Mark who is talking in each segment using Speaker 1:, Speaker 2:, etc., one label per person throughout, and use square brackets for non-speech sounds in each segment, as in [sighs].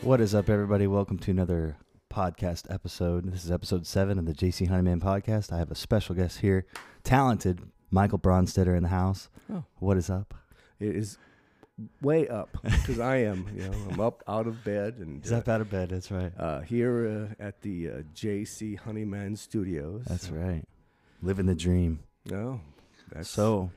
Speaker 1: What is up, everybody? Welcome to another podcast episode. This is episode seven of the JC Honeyman podcast. I have a special guest here, talented Michael Bronstetter in the house.
Speaker 2: Oh.
Speaker 1: What is up?
Speaker 2: It is way up because I am. You know, I'm up out of bed and
Speaker 1: He's up out of bed. That's right.
Speaker 2: uh, here uh, at the uh, J.C. Honeyman Studios.
Speaker 1: That's right. Living the dream.
Speaker 2: no. That's
Speaker 1: So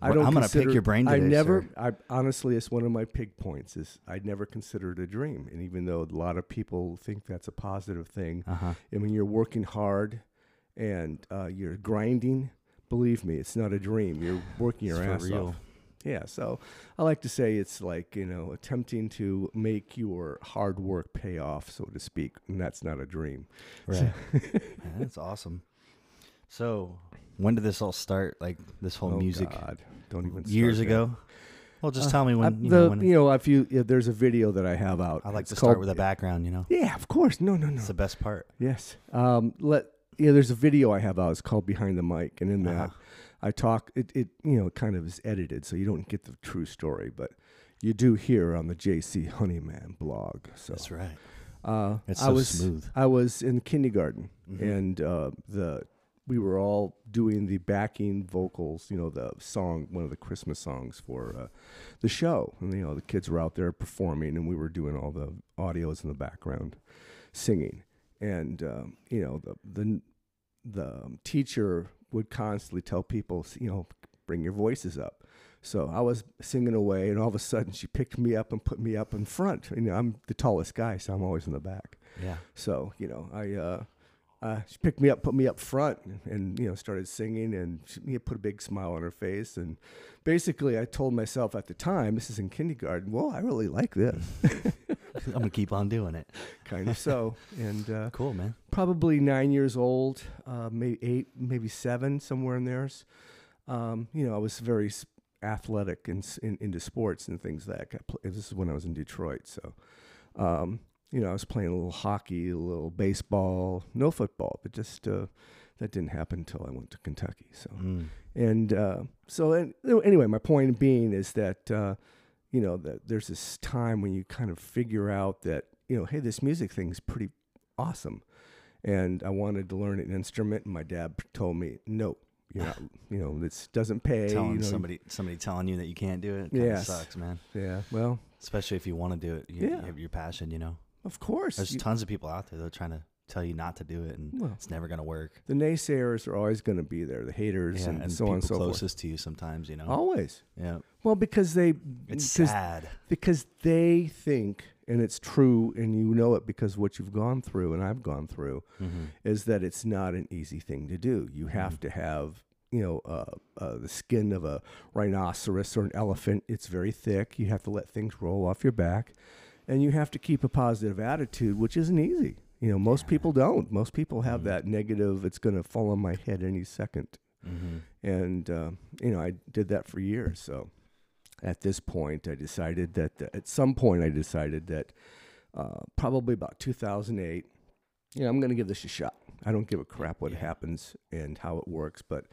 Speaker 2: I
Speaker 1: wh-
Speaker 2: don't
Speaker 1: I'm gonna
Speaker 2: consider-
Speaker 1: pick your brain today.
Speaker 2: I never.
Speaker 1: sir.
Speaker 2: I honestly, it's one of my pig points. Is I never consider it a dream, and even though a lot of people think that's a positive thing,
Speaker 1: Uh-huh.
Speaker 2: I mean, you're working hard and uh, you're grinding. Believe me, it's not a dream. You're working your
Speaker 1: It's for
Speaker 2: ass
Speaker 1: real.
Speaker 2: off. Yeah, so I like to say it's like you know attempting to make your hard work pay off, so to speak, and that's not a dream. [laughs]
Speaker 1: Right. Man, that's awesome. So when did this all start? Like this whole
Speaker 2: Oh,
Speaker 1: music
Speaker 2: God, don't even start
Speaker 1: years
Speaker 2: there.
Speaker 1: ago? Well, just
Speaker 2: Uh,
Speaker 1: tell me
Speaker 2: I-
Speaker 1: when. you
Speaker 2: the-
Speaker 1: know, when
Speaker 2: you know, if you if there's a video that I have out,
Speaker 1: I like
Speaker 2: it's
Speaker 1: to start
Speaker 2: called-
Speaker 1: with a background. You know,
Speaker 2: Yeah, of course. No, no, no.
Speaker 1: it's the best part.
Speaker 2: Yes. Um, let yeah. There's a video I have out. It's called Behind the Mic, and in that,
Speaker 1: Uh-huh.
Speaker 2: I talk. It, it you know kind of is edited, so you don't get the true story, but you do hear on the JC Honeyman blog. So
Speaker 1: That's right.
Speaker 2: uh,
Speaker 1: It's
Speaker 2: I
Speaker 1: so
Speaker 2: was
Speaker 1: smooth.
Speaker 2: I was in kindergarten,
Speaker 1: Mm-hmm.
Speaker 2: and uh, the we were all doing the backing vocals. You know, the song, one of the Christmas songs for uh, the show, and you know the kids were out there performing, and we were doing all the audios in the background, singing, and um, you know the the the teacher would constantly tell people, you know, bring your voices up. So I was singing away, and all of a sudden she picked me up and put me up in front. You know, I'm the tallest guy, so I'm always in the back.
Speaker 1: Yeah.
Speaker 2: So you know, I uh, uh, she picked me up, put me up front, and you know started singing, and she you know, put a big smile on her face. And basically, I told myself at the time, this is in kindergarten. Well, I really like this,
Speaker 1: [laughs] I'm gonna keep on doing it.
Speaker 2: kind of so. And uh,
Speaker 1: Cool, man.
Speaker 2: probably nine years old, uh, maybe eight, maybe seven, somewhere in there. Um, you know, I was very s- athletic and s- in, into sports and things like that. I pl- this is when I was in Detroit, so um, you know, I was playing a little hockey, a little baseball, no football, but just uh, that didn't happen until I went to Kentucky. So
Speaker 1: Mm.
Speaker 2: and uh, so and, anyway, my point being is that uh, you know that there's this time when you kind of figure out that you know, hey, this music thing's pretty awesome, and I wanted to learn an instrument, and my dad told me, no,
Speaker 1: [sighs]
Speaker 2: you're not, you know, this doesn't pay.
Speaker 1: telling
Speaker 2: you know,
Speaker 1: somebody somebody telling you that you can't do it, kind of
Speaker 2: Yes.
Speaker 1: sucks, man.
Speaker 2: yeah, well,
Speaker 1: Especially if you want to do it, you, you
Speaker 2: Yeah.
Speaker 1: have your passion. You know,
Speaker 2: of course.
Speaker 1: there's
Speaker 2: you-
Speaker 1: tons of people out there that are trying to tell you not to do it, and
Speaker 2: Well.
Speaker 1: it's never gonna work.
Speaker 2: the naysayers are always going to be there, the haters,
Speaker 1: Yeah,
Speaker 2: and,
Speaker 1: and
Speaker 2: so
Speaker 1: people
Speaker 2: on and so Oh,
Speaker 1: closest to you sometimes, you know.
Speaker 2: forth. Always.
Speaker 1: Yeah,
Speaker 2: Well, because they
Speaker 1: it's
Speaker 2: because
Speaker 1: sad.
Speaker 2: because they think and it's true and you know it because what you've gone through and i've gone through is that it's not an easy thing to do you have to have you know uh, uh, the skin of a rhinoceros or an elephant it's very thick you have to let things roll off your back and you have to keep a positive attitude which isn't easy you know most people don't most people have that negative it's going to fall on my head any second
Speaker 1: Mm-hmm.
Speaker 2: and uh, you know I did that for years. So at this point, I decided that at some point I decided that uh, probably about 2008, you know, I'm going to give this a shot. I don't give a crap what happens and how it works, but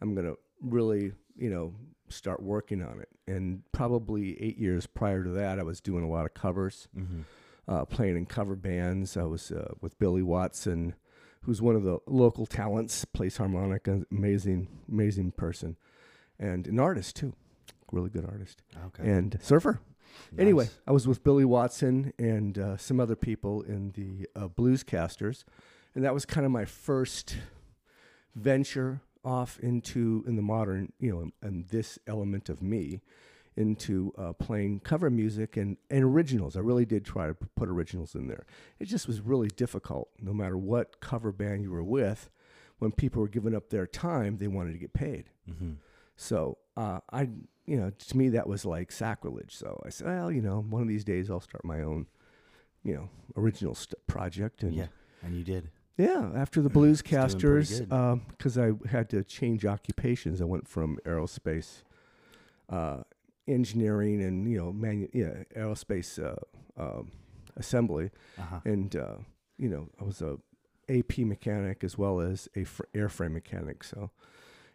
Speaker 2: I'm going to really you know start working on it. And probably eight years prior to that, I was doing a lot of covers
Speaker 1: Mm-hmm.
Speaker 2: uh, playing in cover bands. I was uh, with Billy Watson, who's one of the local talents, plays harmonica, amazing, amazing person, and an artist too, really good artist,
Speaker 1: Okay.
Speaker 2: and surfer. Anyway,
Speaker 1: Nice.
Speaker 2: I was with Billy Watson and uh, some other people in the uh, Bluescasters, and that was kind of my first venture off into in the modern, you know, and this element of me into uh, playing cover music and, and originals. I really did try to p- put originals in there. It just was really difficult, no matter what cover band you were with. When people were giving up their time, they wanted to get paid.
Speaker 1: Mm-hmm.
Speaker 2: So uh, I, you know, to me that was like sacrilege. So I said, well, you know, one of these days I'll start my own, you know, original st- project. And
Speaker 1: yeah, and you did.
Speaker 2: yeah, after the
Speaker 1: doing pretty
Speaker 2: Bluescasters,
Speaker 1: good.
Speaker 2: because I had to change occupations. I went from aerospace uh, engineering and you know, manu- yeah, aerospace uh, um, assembly,
Speaker 1: Uh-huh.
Speaker 2: and uh, you know, I was a AP mechanic as well as a fr- airframe mechanic. So,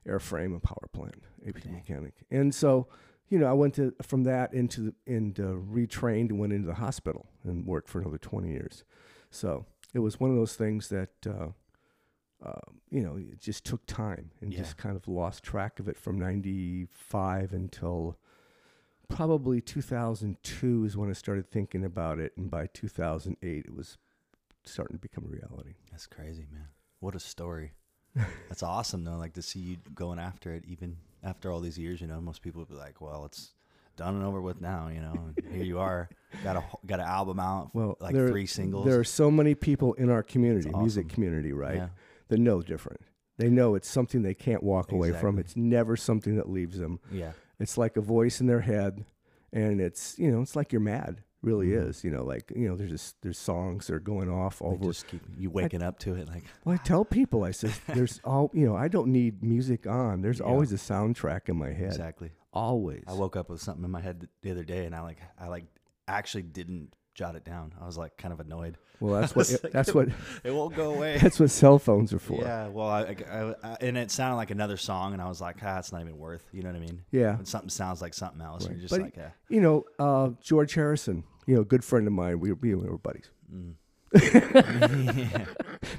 Speaker 2: airframe and power plant, AP mechanic, and so you know, I went to from that into the, and uh, retrained and went into the hospital and worked for another 20 years. So it was one of those things that, uh, uh, you know, it just took time and
Speaker 1: Yeah.
Speaker 2: just kind of lost track of it from 95 until probably 2002 is when I started thinking about it. And by 2008, it was starting to become a reality.
Speaker 1: That's crazy, man. What a story. [laughs] That's awesome though, like to see you going after it even after all these years, you know, most people would be like, Well, it's done and over with now, you know. And [laughs] here you are. Got a wh- got an album out,
Speaker 2: Well,
Speaker 1: like
Speaker 2: there-
Speaker 1: three singles.
Speaker 2: There are so many people in our community,
Speaker 1: That's
Speaker 2: music
Speaker 1: awesome.
Speaker 2: community, [laughs] right?
Speaker 1: Yeah.
Speaker 2: that know different. They know it's something they can't walk away from.
Speaker 1: Exactly.
Speaker 2: It's never something that leaves them.
Speaker 1: Yeah.
Speaker 2: It's like a voice in their head, and it's you know, it's like you're mad. Really
Speaker 1: Mhm.
Speaker 2: is. You know, like you know, there's just there's songs that are going off
Speaker 1: Like,
Speaker 2: over.
Speaker 1: just keep you waking up to it like
Speaker 2: well,
Speaker 1: [laughs]
Speaker 2: I tell people, I says, there's all you know. I don't need music on. There's
Speaker 1: Yeah.
Speaker 2: always a soundtrack in my head.
Speaker 1: exactly.
Speaker 2: Always.
Speaker 1: I woke up with something in my head th- the other day and I like I like actually didn't jot it down. I was like kind of annoyed.
Speaker 2: well, that's
Speaker 1: [laughs] I was
Speaker 2: what
Speaker 1: like,
Speaker 2: that's
Speaker 1: it-
Speaker 2: what
Speaker 1: It won't go away.
Speaker 2: [laughs] that's what cell phones are for.
Speaker 1: Yeah, well, I, I, I, and it sounded like another song, and I was like, ah, it's not even worth. You know what I mean?
Speaker 2: Yeah.
Speaker 1: When something sounds like something else,
Speaker 2: Right.
Speaker 1: you're just
Speaker 2: But-
Speaker 1: like, yeah.
Speaker 2: You know, uh, George Harrison. You know, a good friend of mine. We, we were buddies.
Speaker 1: Mm. [laughs]
Speaker 2: [laughs]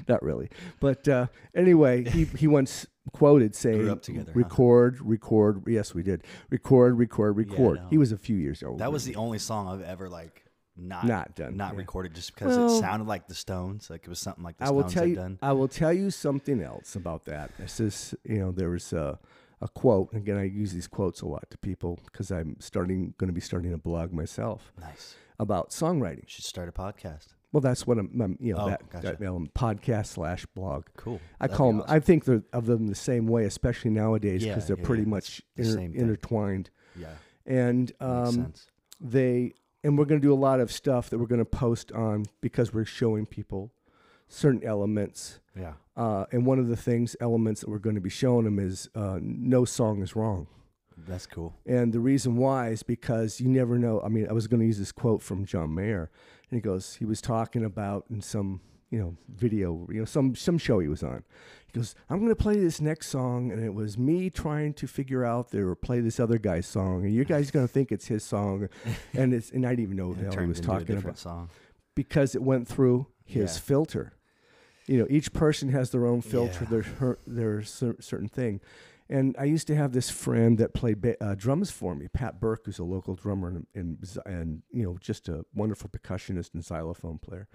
Speaker 2: not really. But uh, anyway, he, he once quoted saying,
Speaker 1: up together, huh?
Speaker 2: record, record. Yes, we did. Record, record,
Speaker 1: I
Speaker 2: record.
Speaker 1: know.
Speaker 2: He was a few years old.
Speaker 1: That was the only song I've ever like not
Speaker 2: Not done,
Speaker 1: not
Speaker 2: yeah.
Speaker 1: recorded just because
Speaker 2: Well-
Speaker 1: it sounded like the Stones. Like it was something like the
Speaker 2: I
Speaker 1: Stones
Speaker 2: will tell
Speaker 1: had
Speaker 2: you.
Speaker 1: done.
Speaker 2: I will tell you something else about that. This is, you know, there was a, a quote. Again, I use these quotes a lot to people because I'm starting, going to be starting a blog myself
Speaker 1: Nice.
Speaker 2: about songwriting.
Speaker 1: We should start a podcast.
Speaker 2: Well, that's what I'm, I'm you know,
Speaker 1: Oh,
Speaker 2: that,
Speaker 1: gotcha.
Speaker 2: that um, podcast slash blog.
Speaker 1: Cool.
Speaker 2: I
Speaker 1: That'd
Speaker 2: call
Speaker 1: be
Speaker 2: them. I think they're, of them the same way, especially nowadays,
Speaker 1: Yeah,
Speaker 2: because they're
Speaker 1: yeah,
Speaker 2: pretty
Speaker 1: yeah,
Speaker 2: much
Speaker 1: the
Speaker 2: inter-
Speaker 1: same thing.
Speaker 2: intertwined.
Speaker 1: awesome. Yeah.
Speaker 2: and
Speaker 1: Makes
Speaker 2: um,
Speaker 1: sense.
Speaker 2: they and we're going to do a lot of stuff that we're going to post on because we're showing people certain elements
Speaker 1: Yeah.
Speaker 2: uh, and one of the things elements that we're going to be showing them is uh, no song is wrong
Speaker 1: That's cool.
Speaker 2: and the reason why is because you never know i mean i was going to use this quote from john mayer and he goes he was talking about in some you know video you know some some show he was on he goes i'm going to play this next song and it was me trying to figure out there or play this other guy's song and you guys going to think it's his song and it's and i didn't even know what the
Speaker 1: it
Speaker 2: hell he
Speaker 1: turned
Speaker 2: was
Speaker 1: into a
Speaker 2: talking
Speaker 1: different
Speaker 2: about
Speaker 1: song.
Speaker 2: because it went through his
Speaker 1: Yeah.
Speaker 2: filter. You know, each person has their own filter,
Speaker 1: Yeah.
Speaker 2: their her, their cer- certain thing. And I used to have this friend that played ba- uh, drums for me, Pat Burke, who's a local drummer and, and z- and you know just a wonderful percussionist and xylophone player.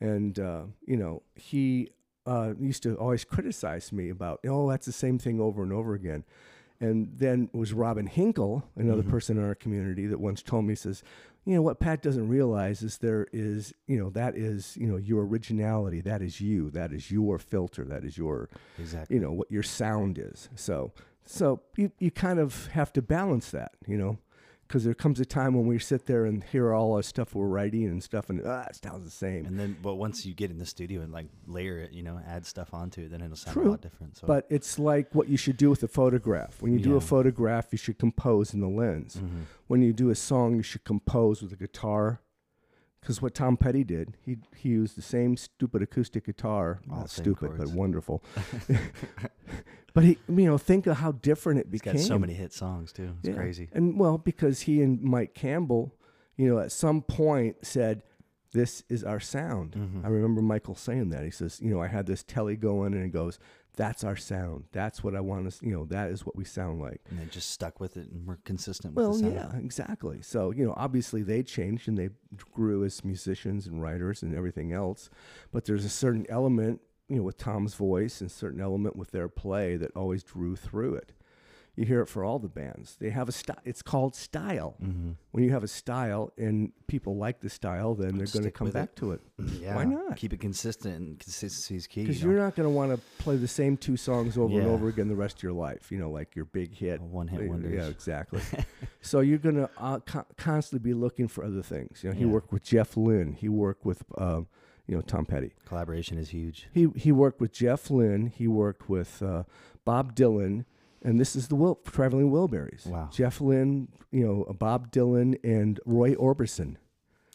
Speaker 2: And uh, you know, he uh, used to always criticize me about, oh, that's the same thing over and over again. And then it was Robin Hinkle, another
Speaker 1: Mm-hmm.
Speaker 2: person in our community, that once told me, says, you know, what Pat doesn't realize is there is, you know, that is, you know, your originality. That is you. That is your filter. That is your,
Speaker 1: Exactly.
Speaker 2: you know, what your sound is. So, so you, you kind of have to balance that, you know, because there comes a time when we sit there and hear all our stuff we're writing and stuff and, ah, it sounds the same.
Speaker 1: And then, but once you get in the studio and like layer it, you know, add stuff onto it, then it'll sound
Speaker 2: True,
Speaker 1: a lot different. So,
Speaker 2: But it's like what you should do with a photograph. When you do
Speaker 1: Yeah.
Speaker 2: a photograph, you should compose in the lens.
Speaker 1: mm-hmm.
Speaker 2: When you do a song, you should compose with a guitar. Because what Tom Petty did, he he used the same stupid acoustic guitar,
Speaker 1: All the
Speaker 2: not
Speaker 1: same
Speaker 2: stupid
Speaker 1: chords.
Speaker 2: but
Speaker 1: [laughs]
Speaker 2: wonderful. [laughs] but he, you know, think of how different it
Speaker 1: he's
Speaker 2: became.
Speaker 1: got so many hit songs too. It's
Speaker 2: Yeah.
Speaker 1: crazy.
Speaker 2: And well, because he and Mike Campbell, you know, at some point said, "This is our sound."
Speaker 1: Mm-hmm.
Speaker 2: I remember Michael saying that. He says, "You know, I had this telly going, and it goes, that's our sound. That's what I want us. You know, that is what we sound like."
Speaker 1: and they just stuck with it and were consistent with
Speaker 2: Well,
Speaker 1: the sound.
Speaker 2: yeah, exactly. So you know, obviously they changed and they grew as musicians and writers and everything else, but there's a certain element, you know, with Tom's voice and certain element with their play that always drew through it. You hear it for all the bands. They have a style. It's called style.
Speaker 1: Mm-hmm.
Speaker 2: When you have a style and people like the style, then they're going to
Speaker 1: Stick
Speaker 2: come
Speaker 1: with it.
Speaker 2: back to it.
Speaker 1: Mm, Yeah.
Speaker 2: Why not?
Speaker 1: Keep it consistent and consistency is key.
Speaker 2: Because
Speaker 1: you
Speaker 2: you are
Speaker 1: know?
Speaker 2: not going to want to play the same two songs over and
Speaker 1: Yeah.
Speaker 2: over again the rest of your life. You know, like your big hit,
Speaker 1: A one-hit
Speaker 2: Yeah,
Speaker 1: wonders. [laughs]
Speaker 2: Yeah, exactly. so you're going to uh, co- constantly be looking for other things. You know, he
Speaker 1: Yeah.
Speaker 2: worked with Jeff Lynne. He worked with, um, you know, Tom Petty.
Speaker 1: Collaboration is huge.
Speaker 2: He he worked with Jeff Lynne. He worked with uh, Bob Dylan, and this is the Wil- traveling Wilburys.
Speaker 1: Wow.
Speaker 2: Jeff Lynne, you know, Bob Dylan, and Roy Orbison,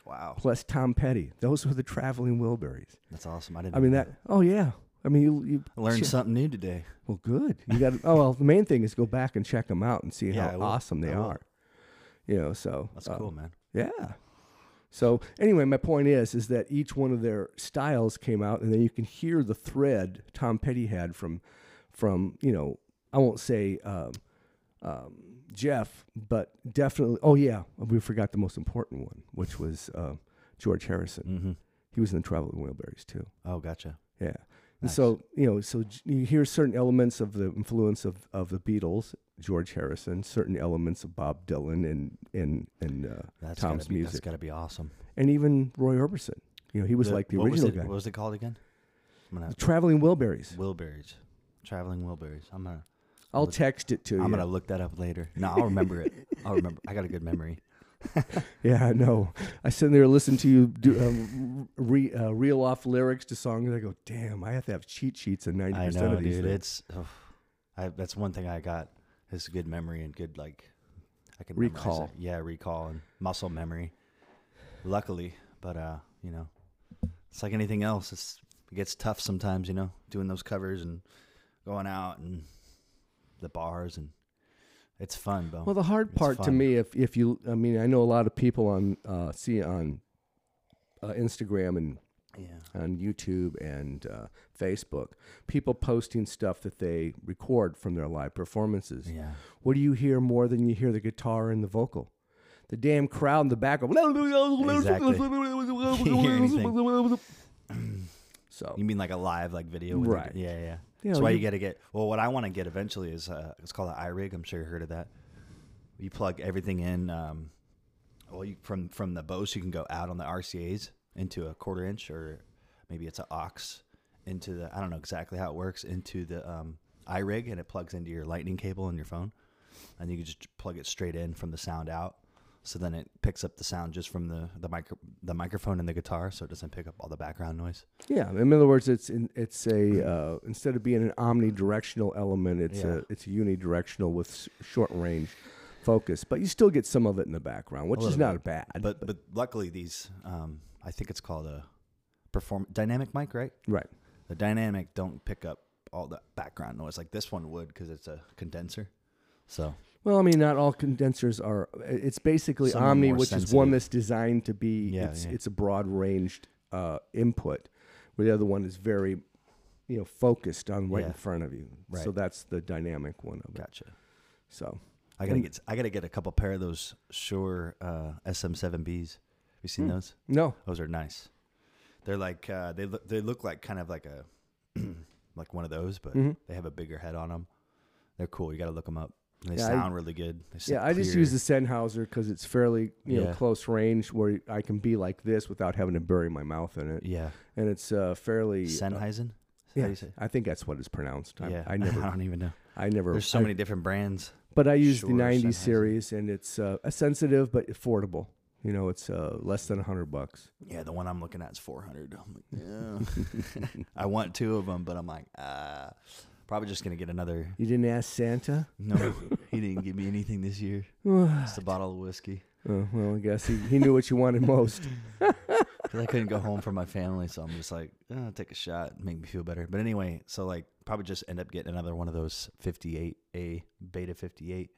Speaker 1: Wow.
Speaker 2: plus Tom Petty. Those were the traveling Wilburys.
Speaker 1: That's awesome. I didn't
Speaker 2: I mean
Speaker 1: know
Speaker 2: that. Oh yeah. I mean you. you
Speaker 1: I learned
Speaker 2: shit.
Speaker 1: something new today.
Speaker 2: Well, good. You got. oh well. The main thing is go back and check them out and see
Speaker 1: Yeah, I
Speaker 2: how
Speaker 1: will.
Speaker 2: awesome they
Speaker 1: I will.
Speaker 2: are. You know, so
Speaker 1: That's
Speaker 2: uh,
Speaker 1: cool, man.
Speaker 2: Yeah. So anyway, my point is is that each one of their styles came out, and then you can hear the thread Tom Petty had from, from you know, I won't say um, um, Jeff, but definitely. Oh yeah, we forgot the most important one, which was uh, George Harrison.
Speaker 1: Mm-hmm.
Speaker 2: He was in the Traveling Wilburys too.
Speaker 1: Oh, gotcha.
Speaker 2: Yeah. And
Speaker 1: Nice.
Speaker 2: so, you know, so j- you hear certain elements of the influence of, of the Beatles, George Harrison, certain elements of Bob Dylan and and and uh,
Speaker 1: That's
Speaker 2: Tom's
Speaker 1: gotta be, That's
Speaker 2: music.
Speaker 1: got to be awesome.
Speaker 2: and even Roy Orbison. You know, he was
Speaker 1: The-
Speaker 2: like the
Speaker 1: what was
Speaker 2: original
Speaker 1: it-
Speaker 2: guy.
Speaker 1: What was it called again? I'm gonna
Speaker 2: The Traveling Wilburys.
Speaker 1: Wilburys, traveling Wilburys. I'm gonna
Speaker 2: I'll
Speaker 1: the-
Speaker 2: text it to you.
Speaker 1: I'm gonna look that up later. No, I'll remember it. I'll remember. I got a good memory.
Speaker 2: [laughs] Yeah, I know. I sit there and listen to you do, um, re, uh, reel off lyrics to songs. I go, damn, I have to have cheat sheets in 90%
Speaker 1: I know,
Speaker 2: of these.
Speaker 1: dude.
Speaker 2: things."
Speaker 1: It's ugh. I, that's one thing I got is good memory and good like I can memorize it.
Speaker 2: Recall.
Speaker 1: Yeah, recall and muscle memory. Luckily, but uh, you know, it's like anything else. It's it gets tough sometimes, you know, doing those covers and going out and the bars and it's fun, but
Speaker 2: Well, the hard
Speaker 1: It's
Speaker 2: part to
Speaker 1: fun.
Speaker 2: me, if if you, I mean, I know a lot of people on uh, see on uh, Instagram and
Speaker 1: yeah,
Speaker 2: on YouTube and uh, Facebook, people posting stuff that they record from their live performances.
Speaker 1: yeah,
Speaker 2: What do you hear more than you hear the guitar and the vocal? The damn crowd in the back. Of
Speaker 1: Exactly. [laughs] hear anything.
Speaker 2: [clears throat] so
Speaker 1: You mean like a live like video, with the-
Speaker 2: Right.
Speaker 1: yeah, yeah.
Speaker 2: You
Speaker 1: That's
Speaker 2: know,
Speaker 1: why you,
Speaker 2: you-
Speaker 1: got to get. Well, what I want to get eventually is uh, it's called an iRig. I'm sure you heard of that. You plug everything in. Um, well, you, from from the Bose, you can go out on the RCA's into a quarter inch, or maybe it's an aux into the. I don't know exactly how it works into the um, iRig, and it plugs into your Lightning cable in your phone, and you can just plug it straight in from the sound out. So then it picks up the sound just from the the micro the microphone and the guitar, so it doesn't pick up all the background noise.
Speaker 2: yeah. In other words, it's in, it's a uh, instead of being an omnidirectional element, it's
Speaker 1: Yeah.
Speaker 2: a it's unidirectional with s- short range focus, but you still get some of it in the background, which is
Speaker 1: little
Speaker 2: not bad.
Speaker 1: but but luckily these um, I think it's called a perform dynamic mic, right?
Speaker 2: right,
Speaker 1: The dynamic don't pick up all the background noise like this one would because it's a condenser. So
Speaker 2: Well, I mean, not all condensers are. It's basically
Speaker 1: Some are
Speaker 2: Omni,
Speaker 1: more
Speaker 2: which is one
Speaker 1: sensitive.
Speaker 2: that's designed to be.
Speaker 1: Yeah,
Speaker 2: it's,
Speaker 1: yeah.
Speaker 2: it's a broad ranged uh, input, where the other one is very, you know, focused on right in
Speaker 1: Yeah.
Speaker 2: front of you. So
Speaker 1: Right.
Speaker 2: that's the dynamic one of it.
Speaker 1: gotcha.
Speaker 2: So
Speaker 1: I gotta
Speaker 2: And-
Speaker 1: get I gotta get a couple pair of those Shure uh, SM7Bs. Have you
Speaker 2: Hmm.
Speaker 1: seen those?
Speaker 2: no,
Speaker 1: Those are nice. They're like uh, they look they look like kind of like a [clears throat] like one of those, but
Speaker 2: Mhm.
Speaker 1: they have a bigger head on them. They're cool. You gotta look them up. And they
Speaker 2: Yeah, I-
Speaker 1: sound really good. They sound
Speaker 2: yeah, I just
Speaker 1: clear.
Speaker 2: use the Sennheiser because it's fairly you know
Speaker 1: Yeah.
Speaker 2: close range where I can be like this without having to bury my mouth in it,
Speaker 1: yeah
Speaker 2: and it's uh, fairly. uh,
Speaker 1: Sennheiser.
Speaker 2: yeah, I think that's what it's pronounced. I,
Speaker 1: yeah, [laughs]
Speaker 2: I never,
Speaker 1: don't even know.
Speaker 2: I never.
Speaker 1: There's so
Speaker 2: I-
Speaker 1: many different brands.
Speaker 2: But I use the
Speaker 1: Sure,
Speaker 2: 90
Speaker 1: Sennheiser.
Speaker 2: series, and it's uh, a sensitive but affordable. You know, it's uh, less than 100 bucks.
Speaker 1: Yeah, the one I'm looking at is 400. [laughs] I'm like, yeah. I want two of them, but I'm like, ah, probably just gonna get another.
Speaker 2: You didn't ask Santa?
Speaker 1: No, [laughs] he didn't give me anything this year.
Speaker 2: [sighs] Uh,
Speaker 1: Just a bottle of whiskey
Speaker 2: well, I guess he, he knew what you wanted [laughs] most.
Speaker 1: because I couldn't go home for my family, so I'm just like, oh, take a shot, make me feel better. But anyway, so like, probably just end up getting another one of those 58A Beta 58,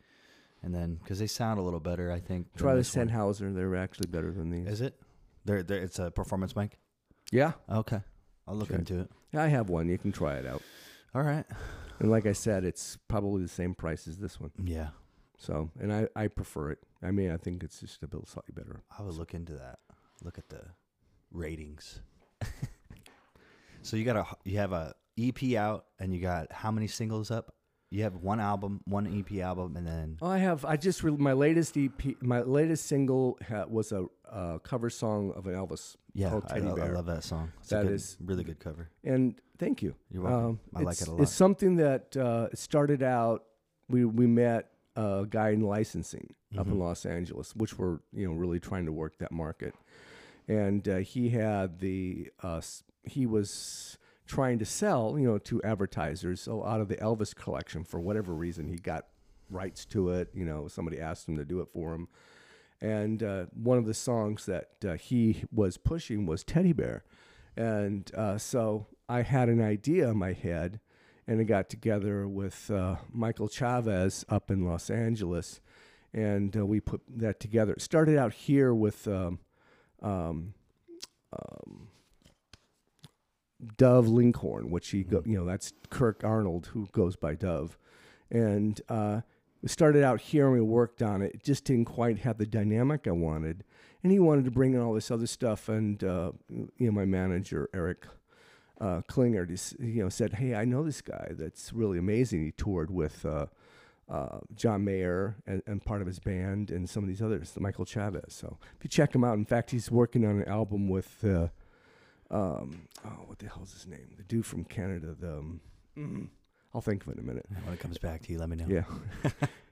Speaker 1: and then because they sound a little better, I think. than
Speaker 2: Try the
Speaker 1: this one.
Speaker 2: Sennheiser. They're actually better than these.
Speaker 1: Is it? There, there. It's a performance mic.
Speaker 2: yeah.
Speaker 1: Okay, I'll look
Speaker 2: Check.
Speaker 1: into it.
Speaker 2: I have one. You can try it out.
Speaker 1: All right.
Speaker 2: And like I said, it's probably the same price as this one.
Speaker 1: Yeah,
Speaker 2: So, and I, I prefer it. I mean, I think it's just a bit slightly better.
Speaker 1: I would look into that. Look at the ratings. [laughs] so you got a you have a EP out, and you got how many singles up? You have one album, one EP album, and then
Speaker 2: I have. I just re- my latest EP, my latest single ha- was a uh, cover song of an Elvis
Speaker 1: yeah,
Speaker 2: called
Speaker 1: I,
Speaker 2: Oh, Teddy
Speaker 1: I- I
Speaker 2: Bear.
Speaker 1: love that song. It's
Speaker 2: That
Speaker 1: a good,
Speaker 2: is-
Speaker 1: really good cover.
Speaker 2: And thank you.
Speaker 1: You're welcome. I like
Speaker 2: Um, it's-
Speaker 1: it a lot.
Speaker 2: It's something that uh, started out. We we met a guy in licensing up
Speaker 1: Mm-hmm.
Speaker 2: in Los Angeles, which were you know really trying to work that market, and uh, he had the uh, s- he was trying to sell you know to advertisers a lot of the Elvis collection for whatever reason he got rights to it. You know somebody asked him to do it for him. And uh, one of the songs that uh, he was pushing was Teddy Bear. And uh, so I had an idea in my head, and I got together with uh, Michael Chavez up in Los Angeles, and uh, we put that together. It started out here with um, um, um, Dove Lincoln, which he go, you know that's Kirk Arnold who goes by Dove, and uh, we started out here and we worked on it. It just didn't quite have the dynamic I wanted, and he wanted to bring in all this other stuff. And uh, you know, my manager Eric uh, Klinger, just, you know, said, "Hey, I know this guy that's really amazing. He toured with uh, uh, John Mayer and, and part of his band, and some of these others, Michael Chavez. So if you check him out, in fact, he's working on an album with, uh, um, oh, what the hell's his name? The dude from Canada. The, um, mm, I'll think of it in a minute.
Speaker 1: When it comes back to you, let me know.
Speaker 2: Yeah.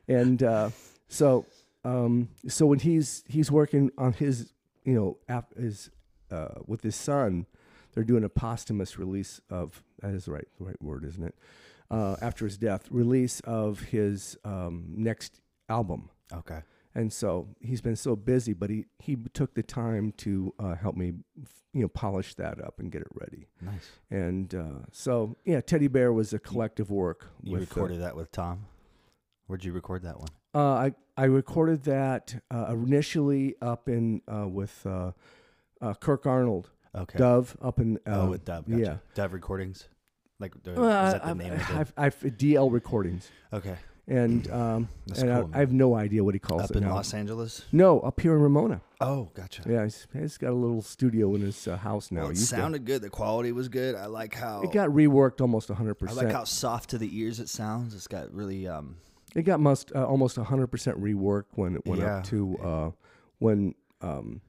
Speaker 2: and uh, so um, so when he's he's working on his you know af- his uh, with his son, they're doing a posthumous release of that is the right the right word, isn't it? Uh, after his death, release of his um, next album.
Speaker 1: Okay.
Speaker 2: And so he's been so busy, but he, he took the time to uh, help me, you know, polish that up and get it ready.
Speaker 1: Nice.
Speaker 2: And uh, so, yeah, Teddy Bear was a collective work.
Speaker 1: You
Speaker 2: with, uh,
Speaker 1: recorded that with Tom. Where'd you record that one?
Speaker 2: Uh, I I recorded that uh, initially up in uh, with uh, uh, Kirk Arnold
Speaker 1: Okay.
Speaker 2: Dove up in uh,
Speaker 1: oh, with Dove. Gotcha.
Speaker 2: yeah.
Speaker 1: Dove Recordings. Like, the,
Speaker 2: Well,
Speaker 1: is that the
Speaker 2: I-
Speaker 1: name
Speaker 2: [laughs] I-
Speaker 1: of it?
Speaker 2: I've, I've DL recordings
Speaker 1: Okay.
Speaker 2: and um
Speaker 1: That's
Speaker 2: and I-
Speaker 1: cool,
Speaker 2: I,
Speaker 1: man.
Speaker 2: have no idea what he calls
Speaker 1: Up
Speaker 2: it
Speaker 1: in
Speaker 2: now.
Speaker 1: Los Angeles.
Speaker 2: no, up here in Ramona.
Speaker 1: Oh, gotcha.
Speaker 2: Yeah, he's, he's got a little studio in his uh, house now.
Speaker 1: Well, it
Speaker 2: He used to-
Speaker 1: sounded good. The quality was good. I like how
Speaker 2: it got reworked almost 100%.
Speaker 1: I like how soft to the ears it sounds. It's got really um
Speaker 2: It got must uh, almost 100% reworked when it went
Speaker 1: Yeah.
Speaker 2: up to uh, when um,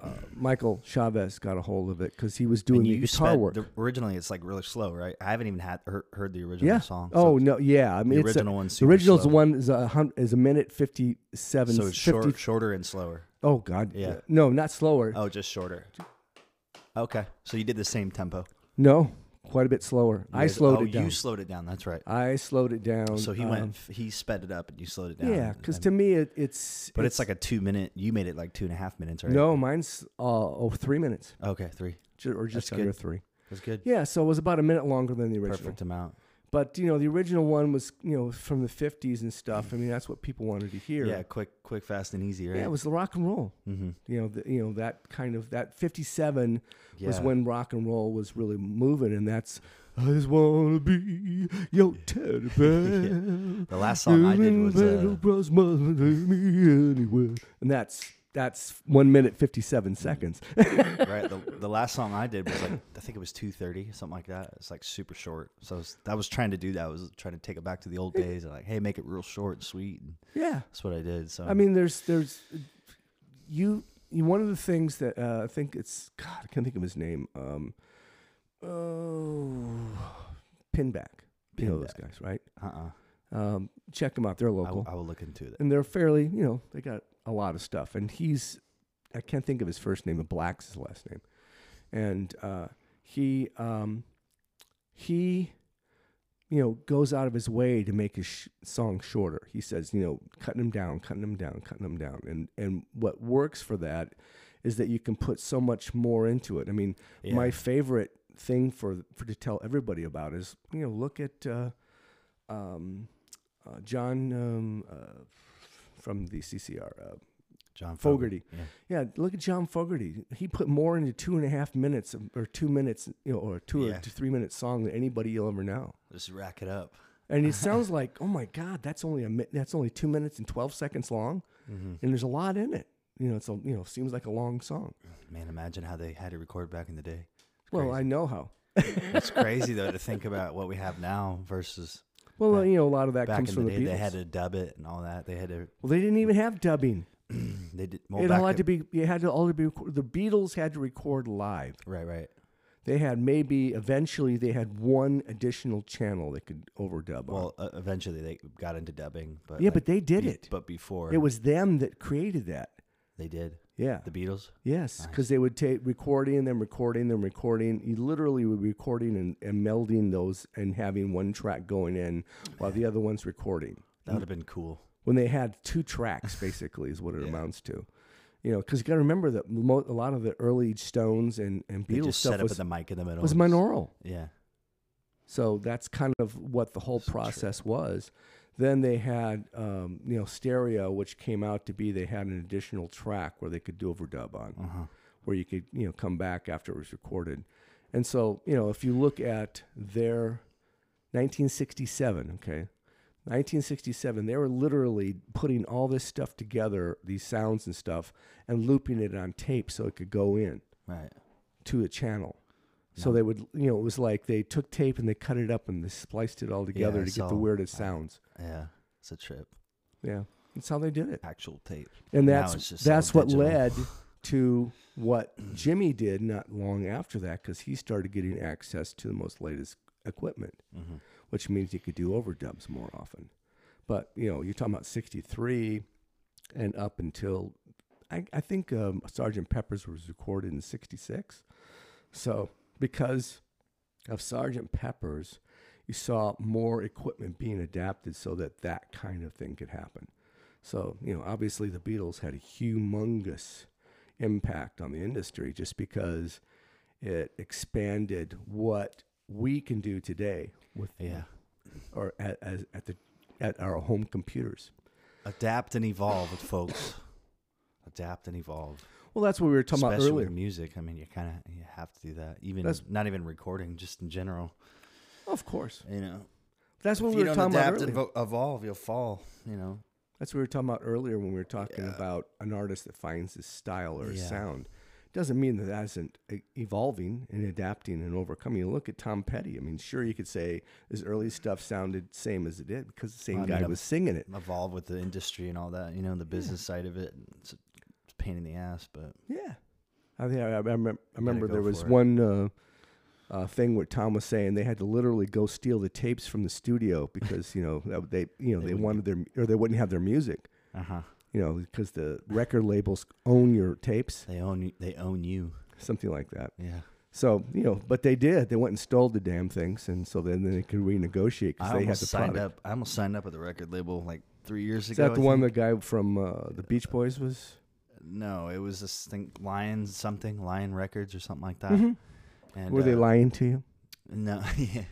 Speaker 2: uh, Michael Chavez got a hold of it because he was doing
Speaker 1: and
Speaker 2: the guitar
Speaker 1: sped-
Speaker 2: work.
Speaker 1: the- originally it's like really slow, right? I haven't even had heard, heard the original
Speaker 2: yeah.
Speaker 1: song.
Speaker 2: oh
Speaker 1: so
Speaker 2: no, yeah. I mean,
Speaker 1: the
Speaker 2: it's
Speaker 1: original
Speaker 2: a,
Speaker 1: one's
Speaker 2: the
Speaker 1: super
Speaker 2: original's
Speaker 1: slow.
Speaker 2: one is a hun- is a minute fifty seven.
Speaker 1: so it's short, shorter and slower.
Speaker 2: Oh God,
Speaker 1: Yeah.
Speaker 2: No, not slower.
Speaker 1: Oh, just shorter. Okay, so you did the same tempo.
Speaker 2: No, quite a bit slower.
Speaker 1: You
Speaker 2: I
Speaker 1: guys-
Speaker 2: slowed
Speaker 1: oh,
Speaker 2: it down.
Speaker 1: You slowed it down. That's right.
Speaker 2: I slowed it down.
Speaker 1: So he
Speaker 2: um,
Speaker 1: went, he sped it up, and you slowed it down.
Speaker 2: Yeah,
Speaker 1: and-
Speaker 2: because
Speaker 1: and-
Speaker 2: to me it, it's.
Speaker 1: but it's, like a two minute. You made it like two and a half minutes, right?
Speaker 2: no, mine's uh, oh three minutes
Speaker 1: Okay, three.
Speaker 2: ju- or just
Speaker 1: good.
Speaker 2: under three.
Speaker 1: That's good.
Speaker 2: Yeah, so it was about a minute longer than the original.
Speaker 1: Perfect amount.
Speaker 2: But you know, the original one was you know from the '50s and stuff. I mean, that's what people wanted to hear.
Speaker 1: Yeah, quick, quick, fast, and easy, right?
Speaker 2: Yeah, it was the rock and roll.
Speaker 1: Mhm.
Speaker 2: You know, the, you know that kind of that '57 was
Speaker 1: Yeah.
Speaker 2: when rock and roll was really moving, and that's I just wanna be
Speaker 1: [laughs]
Speaker 2: your teddy bear.
Speaker 1: The last song I did was
Speaker 2: [laughs]
Speaker 1: uh,
Speaker 2: Bros, mother, leave me anywhere. and that's that's one minute fifty-seven
Speaker 1: Mm-hmm.
Speaker 2: seconds.
Speaker 1: right. The, the last song I did was like I think it was two thirty, something like that. It's like super short. So I was, I was trying to do that. I was trying to take it back to the old days. and like, hey, make it real short and sweet. And
Speaker 2: yeah,
Speaker 1: that's what I did. So
Speaker 2: I mean, there's there's you. you one of the things that uh, I think it's God, I can't think of his name. Um, oh, Pinback. You know those
Speaker 1: Pinback.
Speaker 2: guys, right?
Speaker 1: uh, uh
Speaker 2: Um, check them out. They're
Speaker 1: I,
Speaker 2: local,
Speaker 1: will- I will look into it.
Speaker 2: and they're fairly. You know, they got a lot of stuff. And he's, I can't think of his first name. But Black's his last name, and uh, he um, he. You know, goes out of his way to make his sh- song shorter. He says, you know, cutting them down, cutting them down, cutting them down, and and what works for that is that you can put so much more into it. I mean,
Speaker 1: Yeah.
Speaker 2: my favorite thing for, for to tell everybody about is you know look at uh, um, uh, John um, uh, from the CCR uh,
Speaker 1: John Fogerty.
Speaker 2: Fogarty. Yeah, look at John Fogarty. He put more into two and a half minutes of- or two minutes, you know, or two
Speaker 1: Yeah.
Speaker 2: or two, three minute song than anybody you'll ever know.
Speaker 1: Just rack it up.
Speaker 2: And it sounds
Speaker 1: [laughs]
Speaker 2: like, oh my God, that's only a mi- that's only two minutes and twelve seconds long,
Speaker 1: Mm-hmm.
Speaker 2: and there's a lot in it. You know, it's a you know seems like a long song.
Speaker 1: Man, imagine how they had to record back in the day.
Speaker 2: Well, I know how.
Speaker 1: It's crazy though to think about what we have now versus
Speaker 2: Well, you know, a lot of that
Speaker 1: back
Speaker 2: comes
Speaker 1: in
Speaker 2: from
Speaker 1: the
Speaker 2: the,
Speaker 1: day.
Speaker 2: Beatles.
Speaker 1: They had to dub it and all that. They had to.
Speaker 2: well, they didn't even have dubbing.
Speaker 1: They did. Well,
Speaker 2: it
Speaker 1: back
Speaker 2: all
Speaker 1: in-
Speaker 2: had to be. It had to all be. record- The Beatles had to record live.
Speaker 1: Right, right.
Speaker 2: They had maybe eventually they had one additional channel they could overdub on.
Speaker 1: Well, uh, eventually they got into dubbing, but
Speaker 2: yeah,
Speaker 1: like,
Speaker 2: but they did
Speaker 1: be-
Speaker 2: it.
Speaker 1: But before
Speaker 2: It was them that created that.
Speaker 1: they did.
Speaker 2: Yeah.
Speaker 1: The Beatles.
Speaker 2: Yes, because they would take recording, then recording, then recording. You literally were recording and, and melding those and having one track going in while the other one's recording.
Speaker 1: That would have been cool.
Speaker 2: when they had two tracks
Speaker 1: [laughs]
Speaker 2: basically is what it amounts to you know because you got to remember that mo- a lot of the early stones and, and
Speaker 1: They
Speaker 2: beatles
Speaker 1: just set
Speaker 2: stuff
Speaker 1: up
Speaker 2: was,
Speaker 1: at the mic in the middle.
Speaker 2: was
Speaker 1: and just-
Speaker 2: binaural
Speaker 1: Yeah.
Speaker 2: So that's kind of what the whole process was. Then they had, um, you know, stereo, which came out to be they had an additional track where they could do overdub on,
Speaker 1: Mm. Uh-huh.
Speaker 2: where you could, you know, come back after it was recorded. And so, you know, if you look at their 1967, okay, 1967, they were literally putting all this stuff together, these sounds and stuff, and looping it on tape so it could go in
Speaker 1: Right.
Speaker 2: to a channel. So they would, you know, it was like they took tape and they cut it up and they spliced it all together
Speaker 1: I
Speaker 2: to get
Speaker 1: saw.
Speaker 2: the weirdest sounds.
Speaker 1: Yeah. It's a trip.
Speaker 2: Yeah, that's how they did it,
Speaker 1: Actual tape.
Speaker 2: and
Speaker 1: Now
Speaker 2: that's
Speaker 1: it's just all
Speaker 2: that's what
Speaker 1: digital.
Speaker 2: led to
Speaker 1: [clears throat]
Speaker 2: what Jimmy did not long after that because he started getting access to the most latest equipment,
Speaker 1: Mm-hmm.
Speaker 2: which means he could do overdubs more often. But you know, you're talking about '63 and up until I, I think um, Sergeant Pepper's was recorded in '66. So because of Sergeant Pepper's, you saw more equipment being adapted so that that kind of thing could happen. So you know, obviously the Beatles had a humongous impact on the industry just because it expanded what we can do today with
Speaker 1: Yeah.
Speaker 2: or at, as, at the at our home computers.
Speaker 1: Adapt and evolve, folks. [coughs] Adapt and evolve.
Speaker 2: Well, that's what we were talking
Speaker 1: Especially
Speaker 2: about
Speaker 1: with
Speaker 2: earlier.
Speaker 1: music. I mean, you kind of you have to do that. Even
Speaker 2: That's-
Speaker 1: not even recording, just in general.
Speaker 2: Of course,
Speaker 1: You know,
Speaker 2: that's what
Speaker 1: if
Speaker 2: we
Speaker 1: you
Speaker 2: were
Speaker 1: don't
Speaker 2: talking about
Speaker 1: adapt
Speaker 2: earlier.
Speaker 1: and vo- evolve, you'll fall. You know,
Speaker 2: That's what we were talking about earlier when we were talking about an artist that finds his style or his
Speaker 1: Yeah.
Speaker 2: sound. Doesn't mean that that isn't e- evolving and adapting and overcoming. You look at Tom Petty. I mean, sure, you could say his early stuff sounded same as it did because the same
Speaker 1: Well, I
Speaker 2: guy
Speaker 1: mean, I'm-
Speaker 2: was singing it.
Speaker 1: evolve with the industry and all that. You know, the business side of it. It's a, it's a pain in the ass, but
Speaker 2: Yeah, I think I, I remember. I remember
Speaker 1: go
Speaker 2: there was
Speaker 1: for it.
Speaker 2: one uh, uh, thing where Tom was saying they had to literally go steal the tapes from the studio because you know that they you know they, wanted their or they wouldn't have their music.
Speaker 1: uh huh.
Speaker 2: You know, because the record labels own your tapes,
Speaker 1: They own you- they own you.
Speaker 2: something like that.
Speaker 1: Yeah.
Speaker 2: So you know, but they did. They went and stole the damn things, and so then, then they could renegotiate because
Speaker 1: I
Speaker 2: they had
Speaker 1: almost
Speaker 2: the
Speaker 1: signed
Speaker 2: product.
Speaker 1: up. I almost signed up at the record label like three years
Speaker 2: Is
Speaker 1: ago.
Speaker 2: that the
Speaker 1: I
Speaker 2: one
Speaker 1: think.
Speaker 2: the guy from uh, the Beach Boys was?
Speaker 1: No, it was this thing, Lion something, Lion Records or something like that. And
Speaker 2: Mm-hmm. Were they
Speaker 1: uh,
Speaker 2: lying to you?
Speaker 1: No, [laughs] yeah,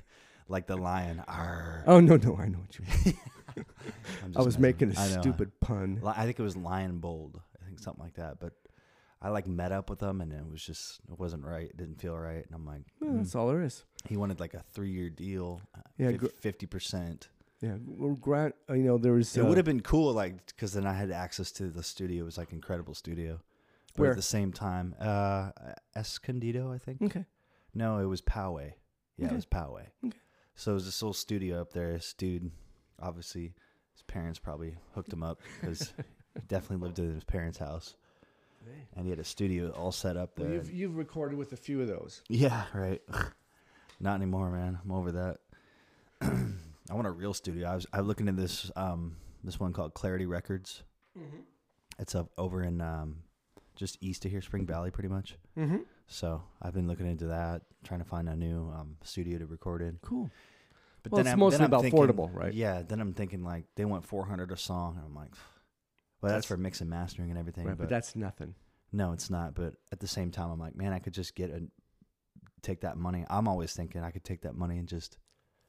Speaker 1: like the lion. Arr.
Speaker 2: Oh no, no, I know what you.
Speaker 1: [laughs]
Speaker 2: Mean.
Speaker 1: I'm
Speaker 2: I
Speaker 1: just
Speaker 2: was
Speaker 1: messing.
Speaker 2: making a
Speaker 1: I know.
Speaker 2: stupid pun.
Speaker 1: Li- I think it was Lion Bold. I think something like that. But I like met up with him, and it was just it wasn't right. It didn't feel right, and I'm like, mm.
Speaker 2: Yeah, that's all there is.
Speaker 1: he wanted like a three year deal,
Speaker 2: Yeah,
Speaker 1: yeah,
Speaker 2: gr-
Speaker 1: fifty percent.
Speaker 2: Yeah, well, Grant. uh, You know, there was.
Speaker 1: it
Speaker 2: uh,
Speaker 1: would have been cool, like because then I had access to the studio. It was like incredible studio. But
Speaker 2: Where?
Speaker 1: at the same time, uh, Escondido, I think.
Speaker 2: uh, Okay.
Speaker 1: No, it was Poway. Yeah,
Speaker 2: Okay.
Speaker 1: it was Poway.
Speaker 2: Okay.
Speaker 1: So it was this little studio up there. This dude, obviously, his parents probably hooked him up because
Speaker 2: [laughs]
Speaker 1: he definitely lived in his parents' house. And he had a studio all set up there.
Speaker 2: you've you've recorded with a few of those.
Speaker 1: yeah, right. [sighs] Not anymore, man. I'm over that. [clears throat] I want a real studio. I was I looking at this um this one called Clarity Records.
Speaker 2: Mm-hmm.
Speaker 1: It's up over in um just east of here, Spring Valley, pretty much.
Speaker 2: Mm-hmm.
Speaker 1: So I've been looking into that, trying to find a new um, studio to record in.
Speaker 2: Cool.
Speaker 1: But
Speaker 2: Well, it's
Speaker 1: I'm-
Speaker 2: mostly about
Speaker 1: thinking-
Speaker 2: affordable, right?
Speaker 1: Yeah. Then I'm thinking like they want 400 a song, and I'm like, [sighs] well, that's, for mix and mastering and everything.
Speaker 2: Right,
Speaker 1: but
Speaker 2: but that's nothing.
Speaker 1: no, it's not. But at the same time, I'm like, man, I could just get a take that money. I'm always thinking I could take that money and just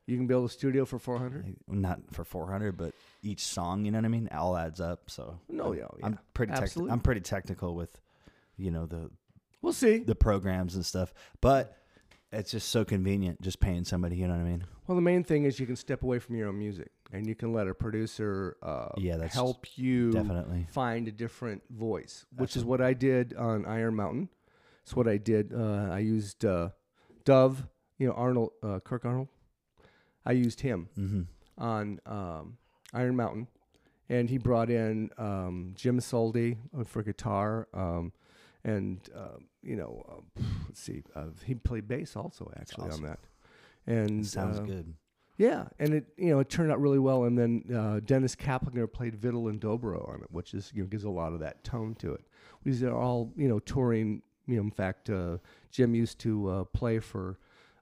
Speaker 2: You can build a studio for four hundred.
Speaker 1: like, not for 400, but each song, you know what I mean? All adds up. So
Speaker 2: No,
Speaker 1: I'm,
Speaker 2: yeah, oh, yeah.
Speaker 1: I'm pretty tech-
Speaker 2: Absolutely.
Speaker 1: I'm pretty technical with, you know, the
Speaker 2: We'll see.
Speaker 1: the programs and stuff. But it's just so convenient just paying somebody, you know what I mean?
Speaker 2: Well, the main thing is you can step away from your own music, and you can let a producer uh,
Speaker 1: Yeah, that's
Speaker 2: help you
Speaker 1: definitely.
Speaker 2: find a different voice, which is what I did on Iron Mountain. It's what I did. Uh, I used uh, Dove, you know Arnold uh, Kirk Arnold. I used him
Speaker 1: Mm-hmm.
Speaker 2: on um, Iron Mountain, and he brought in um, Jim Soldi uh, for guitar, um, and uh, you know, uh, let's see, uh, he played bass also actually
Speaker 1: awesome.
Speaker 2: on that. And
Speaker 1: Sounds
Speaker 2: uh,
Speaker 1: good.
Speaker 2: yeah, and it you know it turned out really well. And then uh, Dennis Kaplinger played fiddle and dobro on it, which is you know gives a lot of that tone to it. These are all you know touring. You know, in fact, uh, Jim used to uh, play for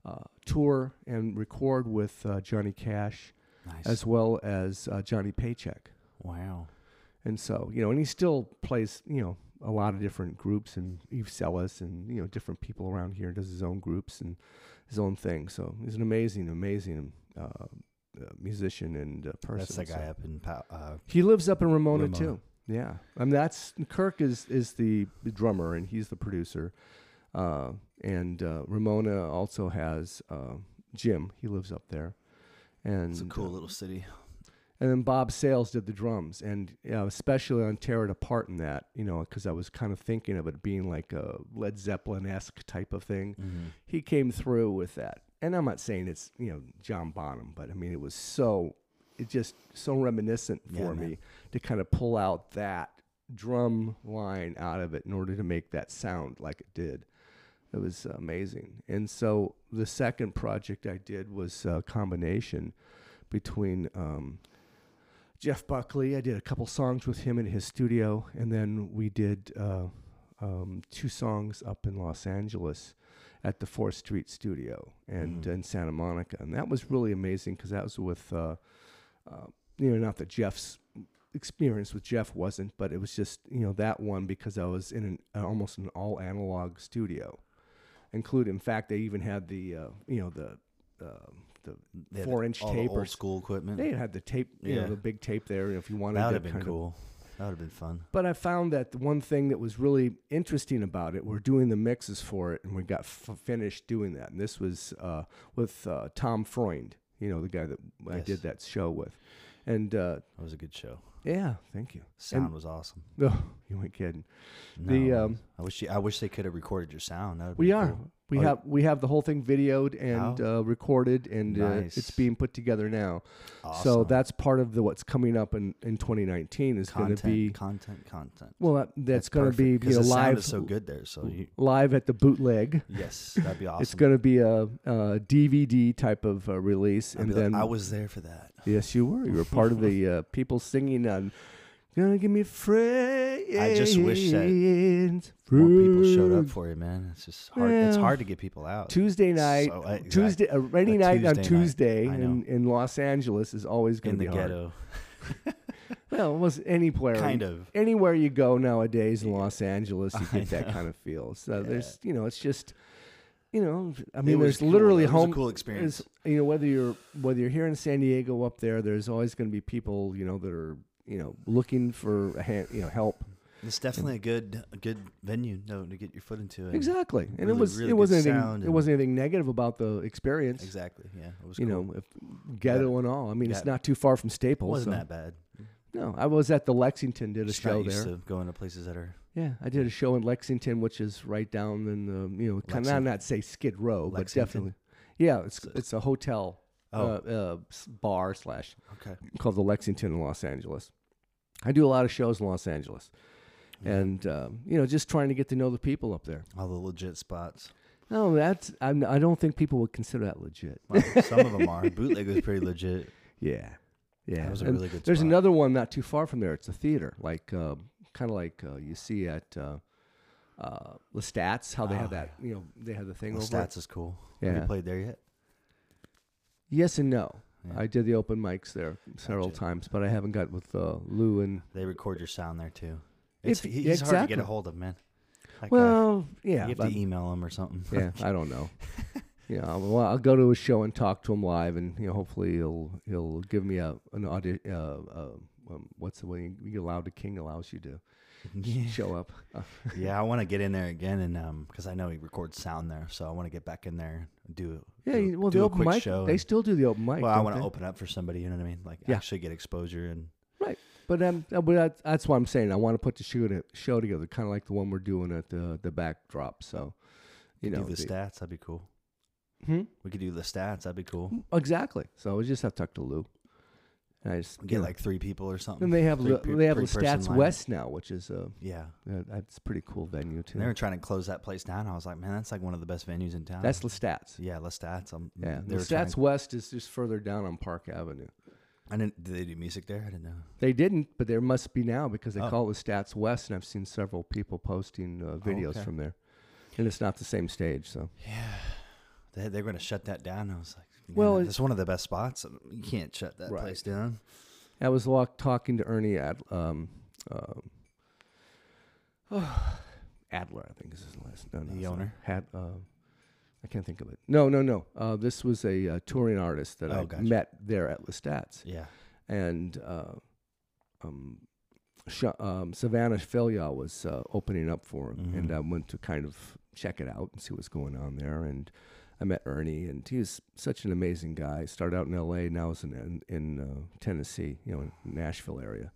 Speaker 2: uh, tour and record with uh, Johnny Cash,
Speaker 1: Nice.
Speaker 2: as well as uh, Johnny Paycheck.
Speaker 1: wow.
Speaker 2: And so you know, and he still plays you know a lot of different groups and Eve Sellis and you know different people around here does his own groups and his own thing. So he's an amazing, amazing uh, uh, musician and uh, person.
Speaker 1: That's the
Speaker 2: So-
Speaker 1: guy up in Pa- uh,
Speaker 2: He lives up in Ramona,
Speaker 1: Ramona.
Speaker 2: too. Yeah, I mean that's Kirk is is the drummer and he's the producer, uh, and uh, Ramona also has uh, Jim. He lives up there, and
Speaker 1: it's a cool
Speaker 2: uh,
Speaker 1: little city.
Speaker 2: and then Bob Sales did the drums, and yeah, especially on tear it apart in that, you know, because I was kind of thinking of it being like a Led Zeppelin esque type of thing. He came through with that, and I'm not saying it's you know John Bonham, but I mean it was so, it just so reminiscent
Speaker 1: Yeah,
Speaker 2: for
Speaker 1: man.
Speaker 2: me to kind of pull out that drum line out of it in order to make that sound like it did. It was amazing. And so the second project I did was a combination between um, Jeff Buckley. I did a couple songs with him in his studio, and then we did uh, um, two songs up in Los Angeles at the Fourth Street Studio and
Speaker 1: Mhm.
Speaker 2: in Santa Monica, and that was really amazing because that was with uh, uh, you know not that Jeff's experience with Jeff wasn't, but it was just you know that one because I was in an uh, almost an all analog studio, include in fact they even had the uh, you know the uh, the
Speaker 1: They had
Speaker 2: Four-inch
Speaker 1: all the old
Speaker 2: tapers.
Speaker 1: school equipment.
Speaker 2: they had the tape, you
Speaker 1: Yeah.
Speaker 2: know, the big tape there. If you wanted
Speaker 1: that would
Speaker 2: to
Speaker 1: have been
Speaker 2: kind of-
Speaker 1: cool. That would have been fun.
Speaker 2: but I found that the one thing that was really interesting about it, we're doing the mixes for it, and we got f- finished doing that. And this was uh, with uh, Tom Freund, you know, the guy that I
Speaker 1: Yes.
Speaker 2: did that show with. And uh,
Speaker 1: That was a good show.
Speaker 2: yeah, thank you.
Speaker 1: Sound was awesome.
Speaker 2: No, you ain't kidding.
Speaker 1: No,
Speaker 2: the,
Speaker 1: it was-
Speaker 2: um,
Speaker 1: I wish you, I wish they could have recorded your sound. That would've
Speaker 2: We
Speaker 1: been
Speaker 2: are.
Speaker 1: cool.
Speaker 2: We
Speaker 1: Oh,
Speaker 2: have we have the whole thing videoed and uh, recorded, and uh, it's
Speaker 1: Nice.
Speaker 2: being put together now. So
Speaker 1: Awesome.
Speaker 2: that's part of the what's coming up in, in 2019 is going to
Speaker 1: content,
Speaker 2: be
Speaker 1: content, content.
Speaker 2: well that, that's going to
Speaker 1: perfect,
Speaker 2: be you
Speaker 1: 'cause
Speaker 2: know,
Speaker 1: the sound
Speaker 2: live
Speaker 1: is so good there. So you,
Speaker 2: live at the bootleg.
Speaker 1: yes, that'd be awesome.
Speaker 2: [laughs] It's going to be a, a DVD type of uh, release,
Speaker 1: I'd
Speaker 2: and
Speaker 1: be like,
Speaker 2: then
Speaker 1: I was there for that.
Speaker 2: yes, you were. You were part
Speaker 1: [laughs]
Speaker 2: of the uh, people singing on "Gonna Give Me Friends."
Speaker 1: I just wish that More people showed up
Speaker 2: friends."
Speaker 1: for you, man. It's just hard. It's
Speaker 2: Yeah.
Speaker 1: hard to get people out.
Speaker 2: Tuesday night,
Speaker 1: So, uh,
Speaker 2: Tuesday, a rainy
Speaker 1: A
Speaker 2: night on
Speaker 1: Tuesday night.
Speaker 2: Tuesday
Speaker 1: I
Speaker 2: in,
Speaker 1: know.
Speaker 2: in Los Angeles is always going
Speaker 1: in
Speaker 2: to
Speaker 1: the
Speaker 2: be hard.
Speaker 1: ghetto,
Speaker 2: Well, almost any player,
Speaker 1: kind of.
Speaker 2: anywhere you go nowadays in Los Angeles,
Speaker 1: [laughs]
Speaker 2: you get that kind of feel. So there's, you know, it's just, you know, I mean,
Speaker 1: It was
Speaker 2: there's
Speaker 1: cool,
Speaker 2: literally
Speaker 1: though. It was a
Speaker 2: home
Speaker 1: cool experience.
Speaker 2: there's- You know, whether you're whether you're here in San Diego up there, there's always going to be people, you know, that are you know looking for a hand, you know, help.
Speaker 1: It's definitely a good, a good venue though to get your foot into. And
Speaker 2: Exactly, and it
Speaker 1: really-
Speaker 2: was
Speaker 1: really
Speaker 2: it
Speaker 1: good
Speaker 2: wasn't
Speaker 1: sound
Speaker 2: anything it
Speaker 1: and-
Speaker 2: wasn't anything negative about the experience.
Speaker 1: exactly. Yeah, it was.
Speaker 2: You
Speaker 1: cool.
Speaker 2: know, if, ghetto and all. I mean, it's
Speaker 1: Yeah.
Speaker 2: not too far from
Speaker 1: it
Speaker 2: Staples.
Speaker 1: wasn't
Speaker 2: so-
Speaker 1: that bad.
Speaker 2: No, I was at the Lexington, did a
Speaker 1: Just
Speaker 2: show
Speaker 1: not used
Speaker 2: there.
Speaker 1: to going to places that are
Speaker 2: Yeah, I did a show in Lexington, which is right down in the you know, kind of
Speaker 1: Lexington.
Speaker 2: not say Skid Row, but
Speaker 1: Lexington?
Speaker 2: definitely. Yeah, it's it's a hotel
Speaker 1: Oh.
Speaker 2: uh, uh, s- bar slash
Speaker 1: okay.
Speaker 2: called the Lexington in Los Angeles. I do a lot of shows in Los Angeles, and um, you know, just trying to get to know the people up there.
Speaker 1: All the legit spots.
Speaker 2: No, that's I'm, I don't think people would consider that legit.
Speaker 1: Well, some of them
Speaker 2: [laughs]
Speaker 1: are. Bootleg was pretty legit.
Speaker 2: Yeah, yeah.
Speaker 1: That was a
Speaker 2: And
Speaker 1: really good
Speaker 2: There's
Speaker 1: spot.
Speaker 2: another one not too far from there. It's a theater, like uh, kind of like uh, you see at uh, uh, Lestat's, how they have
Speaker 1: Oh,
Speaker 2: that. You know, they have the thing
Speaker 1: Well,
Speaker 2: over. it.
Speaker 1: stats is cool. Have
Speaker 2: Yeah.
Speaker 1: you played there yet?
Speaker 2: Yes and no.
Speaker 1: Yeah.
Speaker 2: I did the open mics there several
Speaker 1: Gotcha.
Speaker 2: times, but I haven't got with uh, Lou and.
Speaker 1: They record your sound there too. It's
Speaker 2: If-
Speaker 1: he's hard to get
Speaker 2: exactly.
Speaker 1: a hold of, man. That guy,
Speaker 2: Well, yeah,
Speaker 1: you have
Speaker 2: but-
Speaker 1: to email him or something. [laughs]
Speaker 2: yeah. I don't know. Yeah, well, I'll go to a show and talk to him live, and you know, hopefully he'll he'll give me a an audio. Uh, uh, um, what's the way you allowed the king allows you to
Speaker 1: yeah. [laughs]
Speaker 2: show up? Uh,
Speaker 1: Yeah, I want to get in there again, and um, because I know he records sound there, so I want to get back in there, and do
Speaker 2: yeah,
Speaker 1: do,
Speaker 2: you- well,
Speaker 1: do
Speaker 2: the
Speaker 1: a
Speaker 2: open
Speaker 1: quick
Speaker 2: mic.
Speaker 1: show.
Speaker 2: They
Speaker 1: and-
Speaker 2: still do the open mic.
Speaker 1: well, I
Speaker 2: don't
Speaker 1: want to
Speaker 2: they?
Speaker 1: open up for somebody. You know what I mean? Like
Speaker 2: Yeah.
Speaker 1: actually get exposure and
Speaker 2: Right. But um, uh, but that, that's what I'm saying. I want to put the show, to, show together, kind of like the one we're doing at the the backdrop. So, you know,
Speaker 1: do the
Speaker 2: the-
Speaker 1: stats. That'd be cool.
Speaker 2: Hmm?
Speaker 1: We could do the stats. That'd be cool.
Speaker 2: exactly. So we just have to talk to Lou. And I just
Speaker 1: Get
Speaker 2: you know.
Speaker 1: like three people or something.
Speaker 2: Then they have
Speaker 1: three
Speaker 2: the
Speaker 1: pe-
Speaker 2: they have the
Speaker 1: three person
Speaker 2: Stats
Speaker 1: lineup.
Speaker 2: West now, which is a
Speaker 1: Yeah,
Speaker 2: uh, that's a pretty cool venue too.
Speaker 1: and they were trying to close that place down. I was like, man, that's like one of the best venues in town.
Speaker 2: that's the Stats.
Speaker 1: yeah, the stats. Um,
Speaker 2: Yeah,
Speaker 1: they
Speaker 2: the
Speaker 1: were trying
Speaker 2: Stats
Speaker 1: to-
Speaker 2: West is just further down on Park Avenue.
Speaker 1: I didn't. Did they do music there? I didn't know.
Speaker 2: They didn't, but there must be now because they
Speaker 1: Oh.
Speaker 2: call it the Stats West, and I've seen several people posting uh, videos
Speaker 1: okay.
Speaker 2: from there. And it's not the same stage, so
Speaker 1: Yeah, they they're going to shut that down. I was like,
Speaker 2: Well,
Speaker 1: well,
Speaker 2: it-
Speaker 1: it's one of the best spots. Um, You can't shut that
Speaker 2: Right.
Speaker 1: place down.
Speaker 2: uh, I was walk, talking to Ernie at um, um, [sighs] Adler, I think is his last. No, no,
Speaker 1: The
Speaker 2: it's not.
Speaker 1: owner?
Speaker 2: Had, uh, I can't think of it. No, no, no. Uh, this was a uh, touring artist that
Speaker 1: Oh,
Speaker 2: I
Speaker 1: gotcha.
Speaker 2: met there at Lestat's,
Speaker 1: Yeah.
Speaker 2: and uh, um, Sh- um, Savannah Filial was uh, opening up for him, and
Speaker 1: Mhm.
Speaker 2: I went to kind of check it out and see what's going on there, and. I met Ernie, and he's such an amazing guy. Started out in L.A., now is in in, in uh, Tennessee, you know, in Nashville area,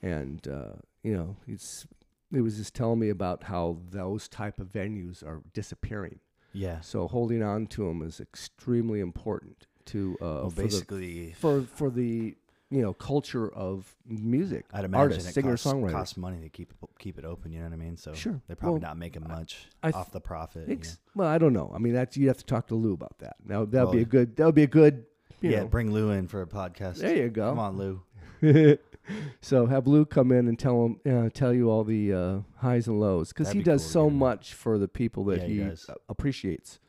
Speaker 2: and uh, you know, it's it was just telling me about how those type of venues are disappearing.
Speaker 1: Yeah.
Speaker 2: So holding on to them is extremely important to uh,
Speaker 1: well,
Speaker 2: for, the,
Speaker 1: basically,
Speaker 2: for for the you know culture of music.
Speaker 1: I'd imagine
Speaker 2: artists,
Speaker 1: it
Speaker 2: singer
Speaker 1: costs,
Speaker 2: songwriters.
Speaker 1: costs money to keep keep it open. You know what I mean? So
Speaker 2: Sure.
Speaker 1: they're probably
Speaker 2: Well,
Speaker 1: not making much
Speaker 2: I th-
Speaker 1: off the profit. you
Speaker 2: Ex- Well, I don't know. I mean, that's you have to talk to Lou about that. Now that'd
Speaker 1: Well,
Speaker 2: be a good. That would be a good.
Speaker 1: know.
Speaker 2: You
Speaker 1: yeah,
Speaker 2: know,
Speaker 1: bring Lou in for a podcast.
Speaker 2: there you go.
Speaker 1: Come on, Lou.
Speaker 2: [laughs] so have Lou come in and tell him, uh, tell you all the uh, highs and lows because
Speaker 1: That'd
Speaker 2: he
Speaker 1: be
Speaker 2: does
Speaker 1: cool to
Speaker 2: so
Speaker 1: get him.
Speaker 2: much for the people that
Speaker 1: Yeah, he
Speaker 2: he,
Speaker 1: does.
Speaker 2: uh, appreciates,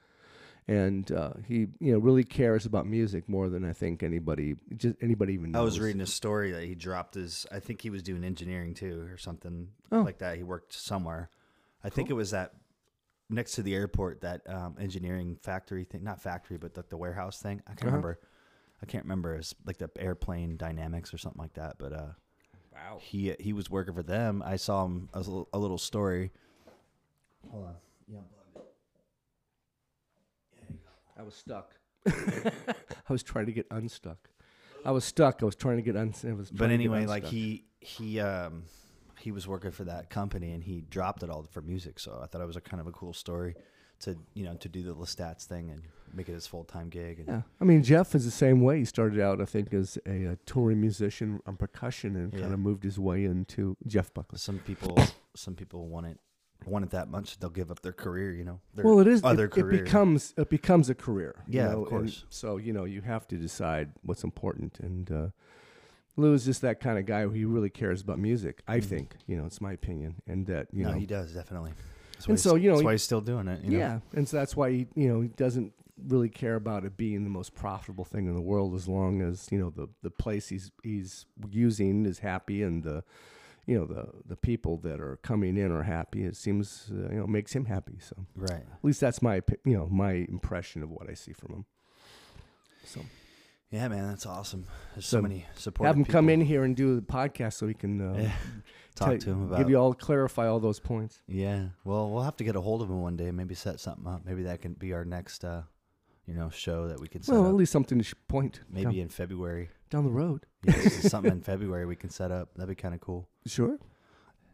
Speaker 2: and uh, he you know really cares about music more than I think anybody just anybody even knows.
Speaker 1: I was reading a story that he dropped his. I think he was doing engineering too, or something
Speaker 2: Oh.
Speaker 1: like that. He worked somewhere. I think it was that next to the airport, that um, engineering factory thing. Not factory, but like the warehouse thing. I can't remember. I can't remember. It's like the airplane dynamics or something like that. But uh,
Speaker 2: Wow.
Speaker 1: he he was working for them. I saw him a little, a little story. Hold on. Yeah, unplugged it.
Speaker 2: I was stuck. [laughs] I was trying to get unstuck. I was stuck. I was trying to get unstuck.
Speaker 1: but anyway, like he he um he was working for that company and he dropped it all for music. So I thought it was a kind of a cool story to you know to do the Lestats thing and make it his full time gig. And
Speaker 2: Yeah, I mean Jeff is the same way. He started out, I think, as a, uh touring musician on percussion, and
Speaker 1: Yeah.
Speaker 2: kind of moved his way into Jeff Buckley.
Speaker 1: some people some people want it want it that much they'll give up their career. You know, their
Speaker 2: well, it is.
Speaker 1: other
Speaker 2: it, it
Speaker 1: career.
Speaker 2: becomes it becomes a career. you
Speaker 1: Yeah, of
Speaker 2: know, and
Speaker 1: course.
Speaker 2: so you know you have to decide what's important, and uh, Lou is just that kind of guy who he really cares about music. I think you know it's my opinion, and that you
Speaker 1: Hmm. no,
Speaker 2: know
Speaker 1: he does definitely. That's
Speaker 2: And
Speaker 1: why he's-
Speaker 2: so, you know,
Speaker 1: that's
Speaker 2: he-
Speaker 1: why he's still doing it. You know?
Speaker 2: yeah, and so that's why he, you know he doesn't really care about it being the most profitable thing in the world as long as you know the the place he's he's using is happy and the you know the the people that are coming in are happy. It seems uh, you know makes him happy. So
Speaker 1: right.
Speaker 2: at least that's my opi- you know my impression of what I see from him. So
Speaker 1: Yeah, man, that's awesome. There's
Speaker 2: So
Speaker 1: so, many supportive
Speaker 2: have him come
Speaker 1: people.
Speaker 2: in here and do the podcast so he can uh, [laughs]
Speaker 1: Yeah. talk
Speaker 2: tell-
Speaker 1: to him about
Speaker 2: give you all clarify all those points.
Speaker 1: Yeah. Well, we'll have to get a hold of him one day. Maybe set something up. Maybe that can be our next, uh, you know, show that we can set
Speaker 2: Well, at
Speaker 1: up.
Speaker 2: least something to sh- point
Speaker 1: Maybe
Speaker 2: down,
Speaker 1: in February.
Speaker 2: down the road.
Speaker 1: Yeah, this is something in February we can set up. That'd be kind of cool.
Speaker 2: Sure.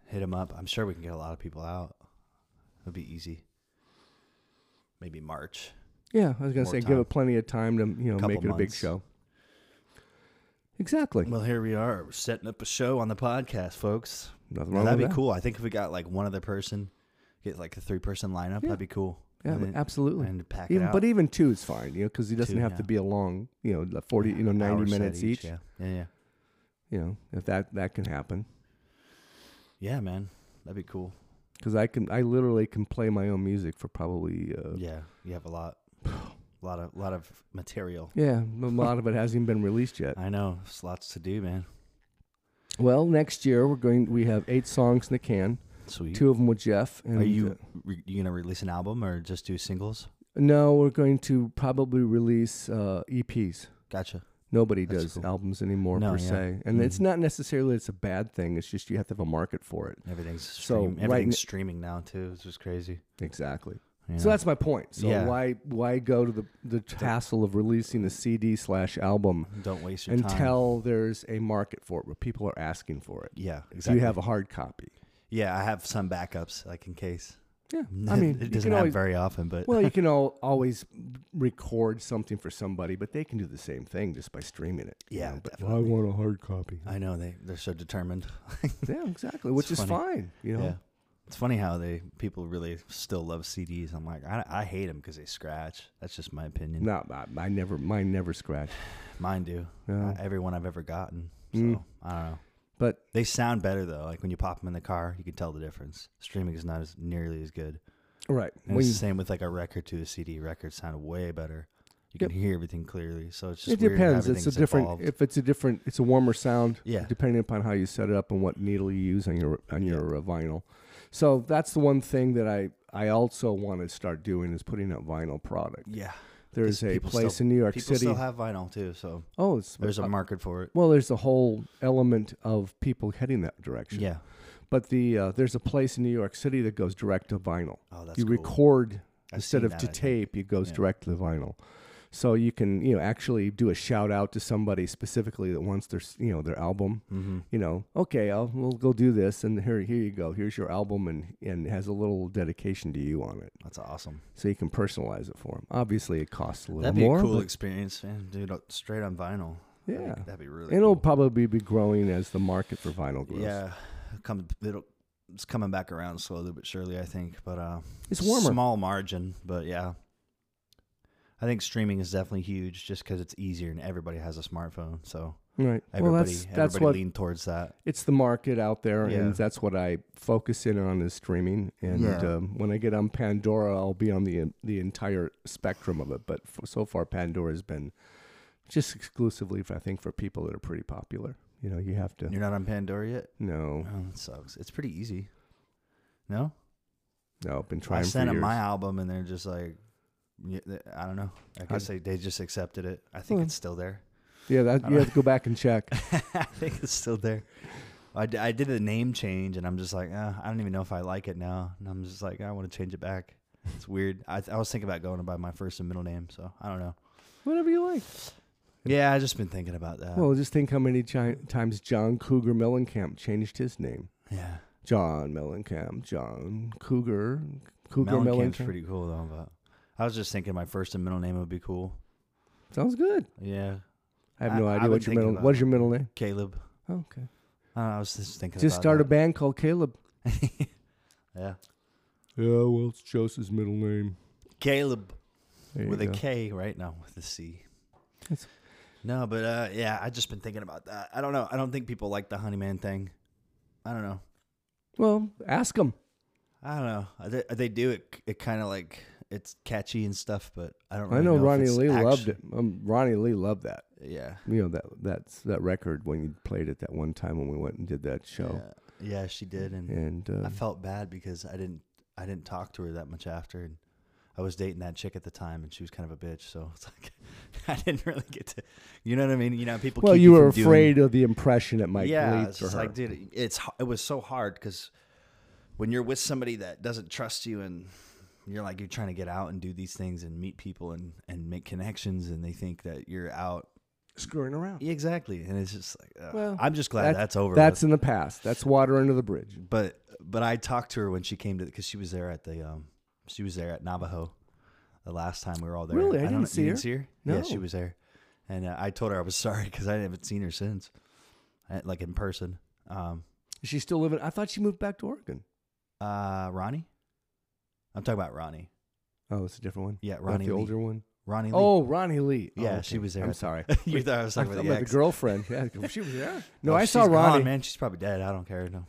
Speaker 1: Hit him up. I'm sure we can get a lot of people out. It'd be easy. Maybe March.
Speaker 2: Yeah, I was
Speaker 1: more
Speaker 2: gonna say
Speaker 1: time.
Speaker 2: give it plenty of time to you know
Speaker 1: Couple
Speaker 2: make it a big
Speaker 1: months.
Speaker 2: show. Exactly.
Speaker 1: Well, here we are. We're setting up a show on the podcast, folks.
Speaker 2: Nothing
Speaker 1: Now,
Speaker 2: wrong
Speaker 1: that'd be
Speaker 2: with that.
Speaker 1: cool. I think if we got like one other person, get like a three person lineup,
Speaker 2: Yeah.
Speaker 1: that'd be cool.
Speaker 2: Yeah,
Speaker 1: And then-
Speaker 2: absolutely.
Speaker 1: And pack it
Speaker 2: Even,
Speaker 1: out.
Speaker 2: but even two is fine, you know, because he doesn't
Speaker 1: Two,
Speaker 2: have to
Speaker 1: yeah.
Speaker 2: be a long, you know, the forty, you know, ninety
Speaker 1: Hour set
Speaker 2: minutes each.
Speaker 1: Yeah. Yeah. Yeah.
Speaker 2: You know, if that that can happen,
Speaker 1: Yeah, man. That'd be cool.
Speaker 2: because I can, I literally can play my own music for probably, uh, yeah,
Speaker 1: Yeah, you have a lot, lot of lot of material.
Speaker 2: a lot of it hasn't even been released
Speaker 1: [laughs]
Speaker 2: yet.
Speaker 1: I know, it's lots to do, man.
Speaker 2: Well, next year we're going, we have eight songs in the can,
Speaker 1: Sweet.
Speaker 2: two of them with Jeff. And,
Speaker 1: Are you
Speaker 2: uh,
Speaker 1: re- you gonna release an album or just do singles?
Speaker 2: no, we're going to probably release uh, EPs.
Speaker 1: Gotcha.
Speaker 2: Nobody
Speaker 1: That's
Speaker 2: does
Speaker 1: cool.
Speaker 2: albums anymore
Speaker 1: No,
Speaker 2: per
Speaker 1: yeah.
Speaker 2: se, and it's
Speaker 1: Mhm.
Speaker 2: not necessarily it's a bad thing. It's just you have to have a market for it.
Speaker 1: Everything's
Speaker 2: So,
Speaker 1: stream,
Speaker 2: right
Speaker 1: everything's
Speaker 2: n-
Speaker 1: streaming now too. It's just crazy.
Speaker 2: Exactly.
Speaker 1: Yeah.
Speaker 2: So that's my point. So
Speaker 1: Yeah.
Speaker 2: why why go to the the hassle of releasing a CD slash album
Speaker 1: don't waste your time.
Speaker 2: until there's a market for it where people are asking for it?
Speaker 1: yeah,
Speaker 2: Do
Speaker 1: exactly.
Speaker 2: you have a hard copy?
Speaker 1: yeah, I have some backups, like in case.
Speaker 2: Yeah, I
Speaker 1: [laughs]
Speaker 2: mean,
Speaker 1: it
Speaker 2: you
Speaker 1: doesn't
Speaker 2: can
Speaker 1: happen
Speaker 2: always,
Speaker 1: very often, but [laughs]
Speaker 2: well, you can al always record something for somebody, but they can do the same thing just by streaming it. you
Speaker 1: Yeah,
Speaker 2: know, but
Speaker 1: definitely.
Speaker 2: want a
Speaker 1: [laughs]
Speaker 2: hard copy.
Speaker 1: I know they they're so determined.
Speaker 2: yeah, exactly. Which
Speaker 1: It's
Speaker 2: is
Speaker 1: funny.
Speaker 2: fine. You know,
Speaker 1: Yeah. It's funny how they people really still love CDs. I'm like, I, I hate them because they scratch. That's just my opinion.
Speaker 2: not I, I never mine never scratch.
Speaker 1: Mine do.
Speaker 2: Yeah.
Speaker 1: Uh, everyone I've ever gotten. So
Speaker 2: Mm.
Speaker 1: I don't know.
Speaker 2: But
Speaker 1: They sound better though. Like when you pop them in the car, you can tell the difference. Streaming is not as nearly as good.
Speaker 2: right,
Speaker 1: And
Speaker 2: when
Speaker 1: it's
Speaker 2: you-
Speaker 1: the same with like a record to a CD. Records sound way better. You
Speaker 2: Yep.
Speaker 1: can hear everything clearly. So it's just
Speaker 2: it
Speaker 1: weird how
Speaker 2: depends. It's a
Speaker 1: everything's
Speaker 2: different.
Speaker 1: evolved.
Speaker 2: If it's a different, it's a warmer sound.
Speaker 1: Yeah.
Speaker 2: depending upon how you set it up and what needle you use on your on
Speaker 1: Yeah.
Speaker 2: your uh, vinyl. So that's the one thing that I I also want to start doing is putting out vinyl product.
Speaker 1: Yeah.
Speaker 2: There
Speaker 1: Because
Speaker 2: is a
Speaker 1: people
Speaker 2: place
Speaker 1: still-
Speaker 2: in New York
Speaker 1: People
Speaker 2: City.
Speaker 1: still have vinyl too, so
Speaker 2: oh, it's
Speaker 1: there's a market for it.
Speaker 2: well, there's a whole element of people heading that direction.
Speaker 1: Yeah.
Speaker 2: But the uh, there's a place in New York City that goes direct to vinyl.
Speaker 1: Oh, that's
Speaker 2: you
Speaker 1: cool.
Speaker 2: record
Speaker 1: I've
Speaker 2: instead
Speaker 1: seen
Speaker 2: of
Speaker 1: that,
Speaker 2: to
Speaker 1: I think.
Speaker 2: tape, it goes
Speaker 1: Yeah.
Speaker 2: direct to the vinyl. So you can you know actually do a shout out to somebody specifically that wants their s- you know their album.
Speaker 1: Mhm.
Speaker 2: You know, okay, I'll, we'll go do this, and here here you go. Here's your album, and and it has a little dedication to you on it,
Speaker 1: That's awesome.
Speaker 2: so you can personalize it for them. Obviously, it costs a little
Speaker 1: That'd be
Speaker 2: more.
Speaker 1: a cool
Speaker 2: but-
Speaker 1: experience, man. Dude, uh, straight on vinyl. That'd be-
Speaker 2: yeah,
Speaker 1: That'd be really
Speaker 2: and it'll
Speaker 1: cool.
Speaker 2: probably be growing as the market for vinyl grows.
Speaker 1: Yeah. Come it'll it's coming back around slowly but surely, I think. But uh
Speaker 2: it's warmer.
Speaker 1: Small margin, but yeah. I think streaming is definitely huge just because it's easier and everybody has a smartphone. So
Speaker 2: Right.
Speaker 1: everybody,
Speaker 2: well, that's that's
Speaker 1: everybody
Speaker 2: what
Speaker 1: lean towards that.
Speaker 2: it's the market out there,
Speaker 1: Yeah.
Speaker 2: and that's what I focus in on is streaming. And
Speaker 1: Yeah.
Speaker 2: um, when I get on Pandora, I'll be on the the entire spectrum of it. But for, so far, Pandora has been just exclusively, for, I think, for people that are pretty popular. You know, you have to
Speaker 1: You're not on Pandora yet?
Speaker 2: no,
Speaker 1: Oh, that sucks. It's pretty easy. No?
Speaker 2: no. I've been trying
Speaker 1: I
Speaker 2: for
Speaker 1: sent
Speaker 2: years.
Speaker 1: them my album and they're just like, y- th- I don't know. I guess they, they just accepted it. I think
Speaker 2: Well.
Speaker 1: it's still there.
Speaker 2: yeah, that, you have to go back and check.
Speaker 1: [laughs] I think it's still there. I, d- I did a name change and I'm just like, uh, I don't even know if I like it now. And I'm just like, I want to change it back. It's weird. I, I was thinking about going by my first and middle name, so I don't know.
Speaker 2: Whatever you like.
Speaker 1: Yeah, I just been thinking about that.
Speaker 2: Well, just think how many chi- times John Cougar Mellencamp changed his name.
Speaker 1: yeah,
Speaker 2: John Mellencamp, John Cougar, Cougar
Speaker 1: Mellencamp's
Speaker 2: Mellencamp.
Speaker 1: pretty cool though. But I was just thinking my first and middle name would be cool.
Speaker 2: Sounds good.
Speaker 1: Yeah,
Speaker 2: I have
Speaker 1: I-
Speaker 2: no
Speaker 1: I've
Speaker 2: idea
Speaker 1: been
Speaker 2: what your
Speaker 1: thinking
Speaker 2: middle
Speaker 1: about
Speaker 2: what's your middle name.
Speaker 1: Caleb.
Speaker 2: Oh, okay.
Speaker 1: I, don't know, I was just thinking.
Speaker 2: Just
Speaker 1: about
Speaker 2: start a
Speaker 1: that.
Speaker 2: band called Caleb.
Speaker 1: [laughs] yeah,
Speaker 2: Yeah, well, it's Joseph's middle name.
Speaker 1: Caleb.
Speaker 2: There
Speaker 1: with
Speaker 2: you
Speaker 1: a
Speaker 2: go.
Speaker 1: K right now with a C.
Speaker 2: That's-
Speaker 1: No, but uh, yeah, I just been thinking about that. I don't know. I don't think people like the honeyman thing. I don't know.
Speaker 2: Well, ask him.
Speaker 1: I don't know. Uh, They, they do it. It kind of like it's catchy and stuff, but I don't. Really
Speaker 2: I know,
Speaker 1: if
Speaker 2: Ronnie
Speaker 1: it's
Speaker 2: Lee loved it.
Speaker 1: action-
Speaker 2: Um, Ronnie Lee loved that.
Speaker 1: Yeah.
Speaker 2: You know that that's that record when you played it that one time when we went and did that show.
Speaker 1: Yeah. Yeah, she did, and
Speaker 2: And uh,
Speaker 1: I felt bad because I didn't. I didn't talk to her that much after, and I was dating that chick at the time, and she was kind of a bitch. So it's like [laughs] I didn't really get to. You know what I mean? You know, people.
Speaker 2: well,
Speaker 1: keep
Speaker 2: you were
Speaker 1: from doing-
Speaker 2: afraid of the impression it might
Speaker 1: yeah,
Speaker 2: lead
Speaker 1: it's
Speaker 2: for
Speaker 1: just
Speaker 2: her.
Speaker 1: like, dude, it's h- it was so hard because when you're with somebody that doesn't trust you and you're like you're trying to get out and do these things and meet people and and make connections and they think that you're out
Speaker 2: Screwing around.
Speaker 1: Yeah, exactly and it's just like ugh.
Speaker 2: Well,
Speaker 1: I'm just glad
Speaker 2: that's-
Speaker 1: that's, over
Speaker 2: That's
Speaker 1: with.
Speaker 2: in the past. That's water under the bridge.
Speaker 1: but but I talked to her when she came to because she was there at the um she was there at Navajo the last time we were all there
Speaker 2: Really?
Speaker 1: don't
Speaker 2: I didn't
Speaker 1: know-
Speaker 2: see
Speaker 1: you
Speaker 2: her.
Speaker 1: see her yeah she
Speaker 2: No.
Speaker 1: was there and uh, I told her I was sorry because I haven't seen her since I- like in person um
Speaker 2: Is she still living? I thought she moved back to Oregon.
Speaker 1: Uh, Ronnie. I'm talking about Ronnie.
Speaker 2: Oh, it's a different one.
Speaker 1: Yeah,
Speaker 2: Not
Speaker 1: Ronnie
Speaker 2: the
Speaker 1: Lee.
Speaker 2: older one.
Speaker 1: Ronnie. Lee.
Speaker 2: Oh, Ronnie Lee. Oh,
Speaker 1: Yeah, she was there.
Speaker 2: I'm sorry.
Speaker 1: [laughs] you thought I was talking
Speaker 2: I
Speaker 1: about
Speaker 2: thought
Speaker 1: the, ex.
Speaker 2: girlfriend. Yeah, [laughs] she was there. No,
Speaker 1: Oh,
Speaker 2: I saw
Speaker 1: she's gone,
Speaker 2: Ronnie.
Speaker 1: man, she's probably dead. I don't care.
Speaker 2: [laughs]
Speaker 1: No,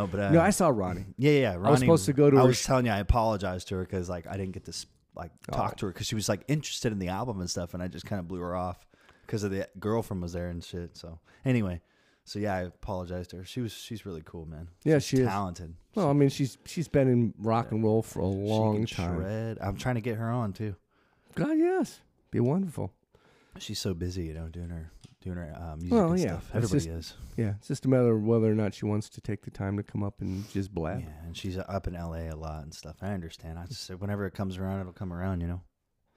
Speaker 1: no, but uh,
Speaker 2: no, I saw Ronnie.
Speaker 1: yeah, yeah. Ronnie,
Speaker 2: supposed to go to
Speaker 1: I
Speaker 2: her
Speaker 1: was
Speaker 2: sh-
Speaker 1: telling you, I apologized to her because like I didn't get to s- like talk
Speaker 2: Oh.
Speaker 1: to her because she was like interested in the album and stuff, and I just kind of blew her off because of the girlfriend was there and shit. So anyway, so yeah, I apologized to her. She was she's really cool, man.
Speaker 2: Yeah,
Speaker 1: she's
Speaker 2: she is.
Speaker 1: talented.
Speaker 2: Well, I mean, she's she's been in rock and roll for a
Speaker 1: She can
Speaker 2: long time.
Speaker 1: shred. I'm trying to get her on too.
Speaker 2: God, yes, be wonderful.
Speaker 1: She's so busy, you know, doing her doing her uh, music
Speaker 2: Well,
Speaker 1: and
Speaker 2: yeah,
Speaker 1: stuff.
Speaker 2: it's
Speaker 1: Everybody
Speaker 2: just-
Speaker 1: is.
Speaker 2: Yeah, it's just a matter of whether or not she wants to take the time to come up and just blab.
Speaker 1: Yeah, and she's uh, up in LA a lot and stuff. I understand. I just whenever it comes around, it'll come around, you know.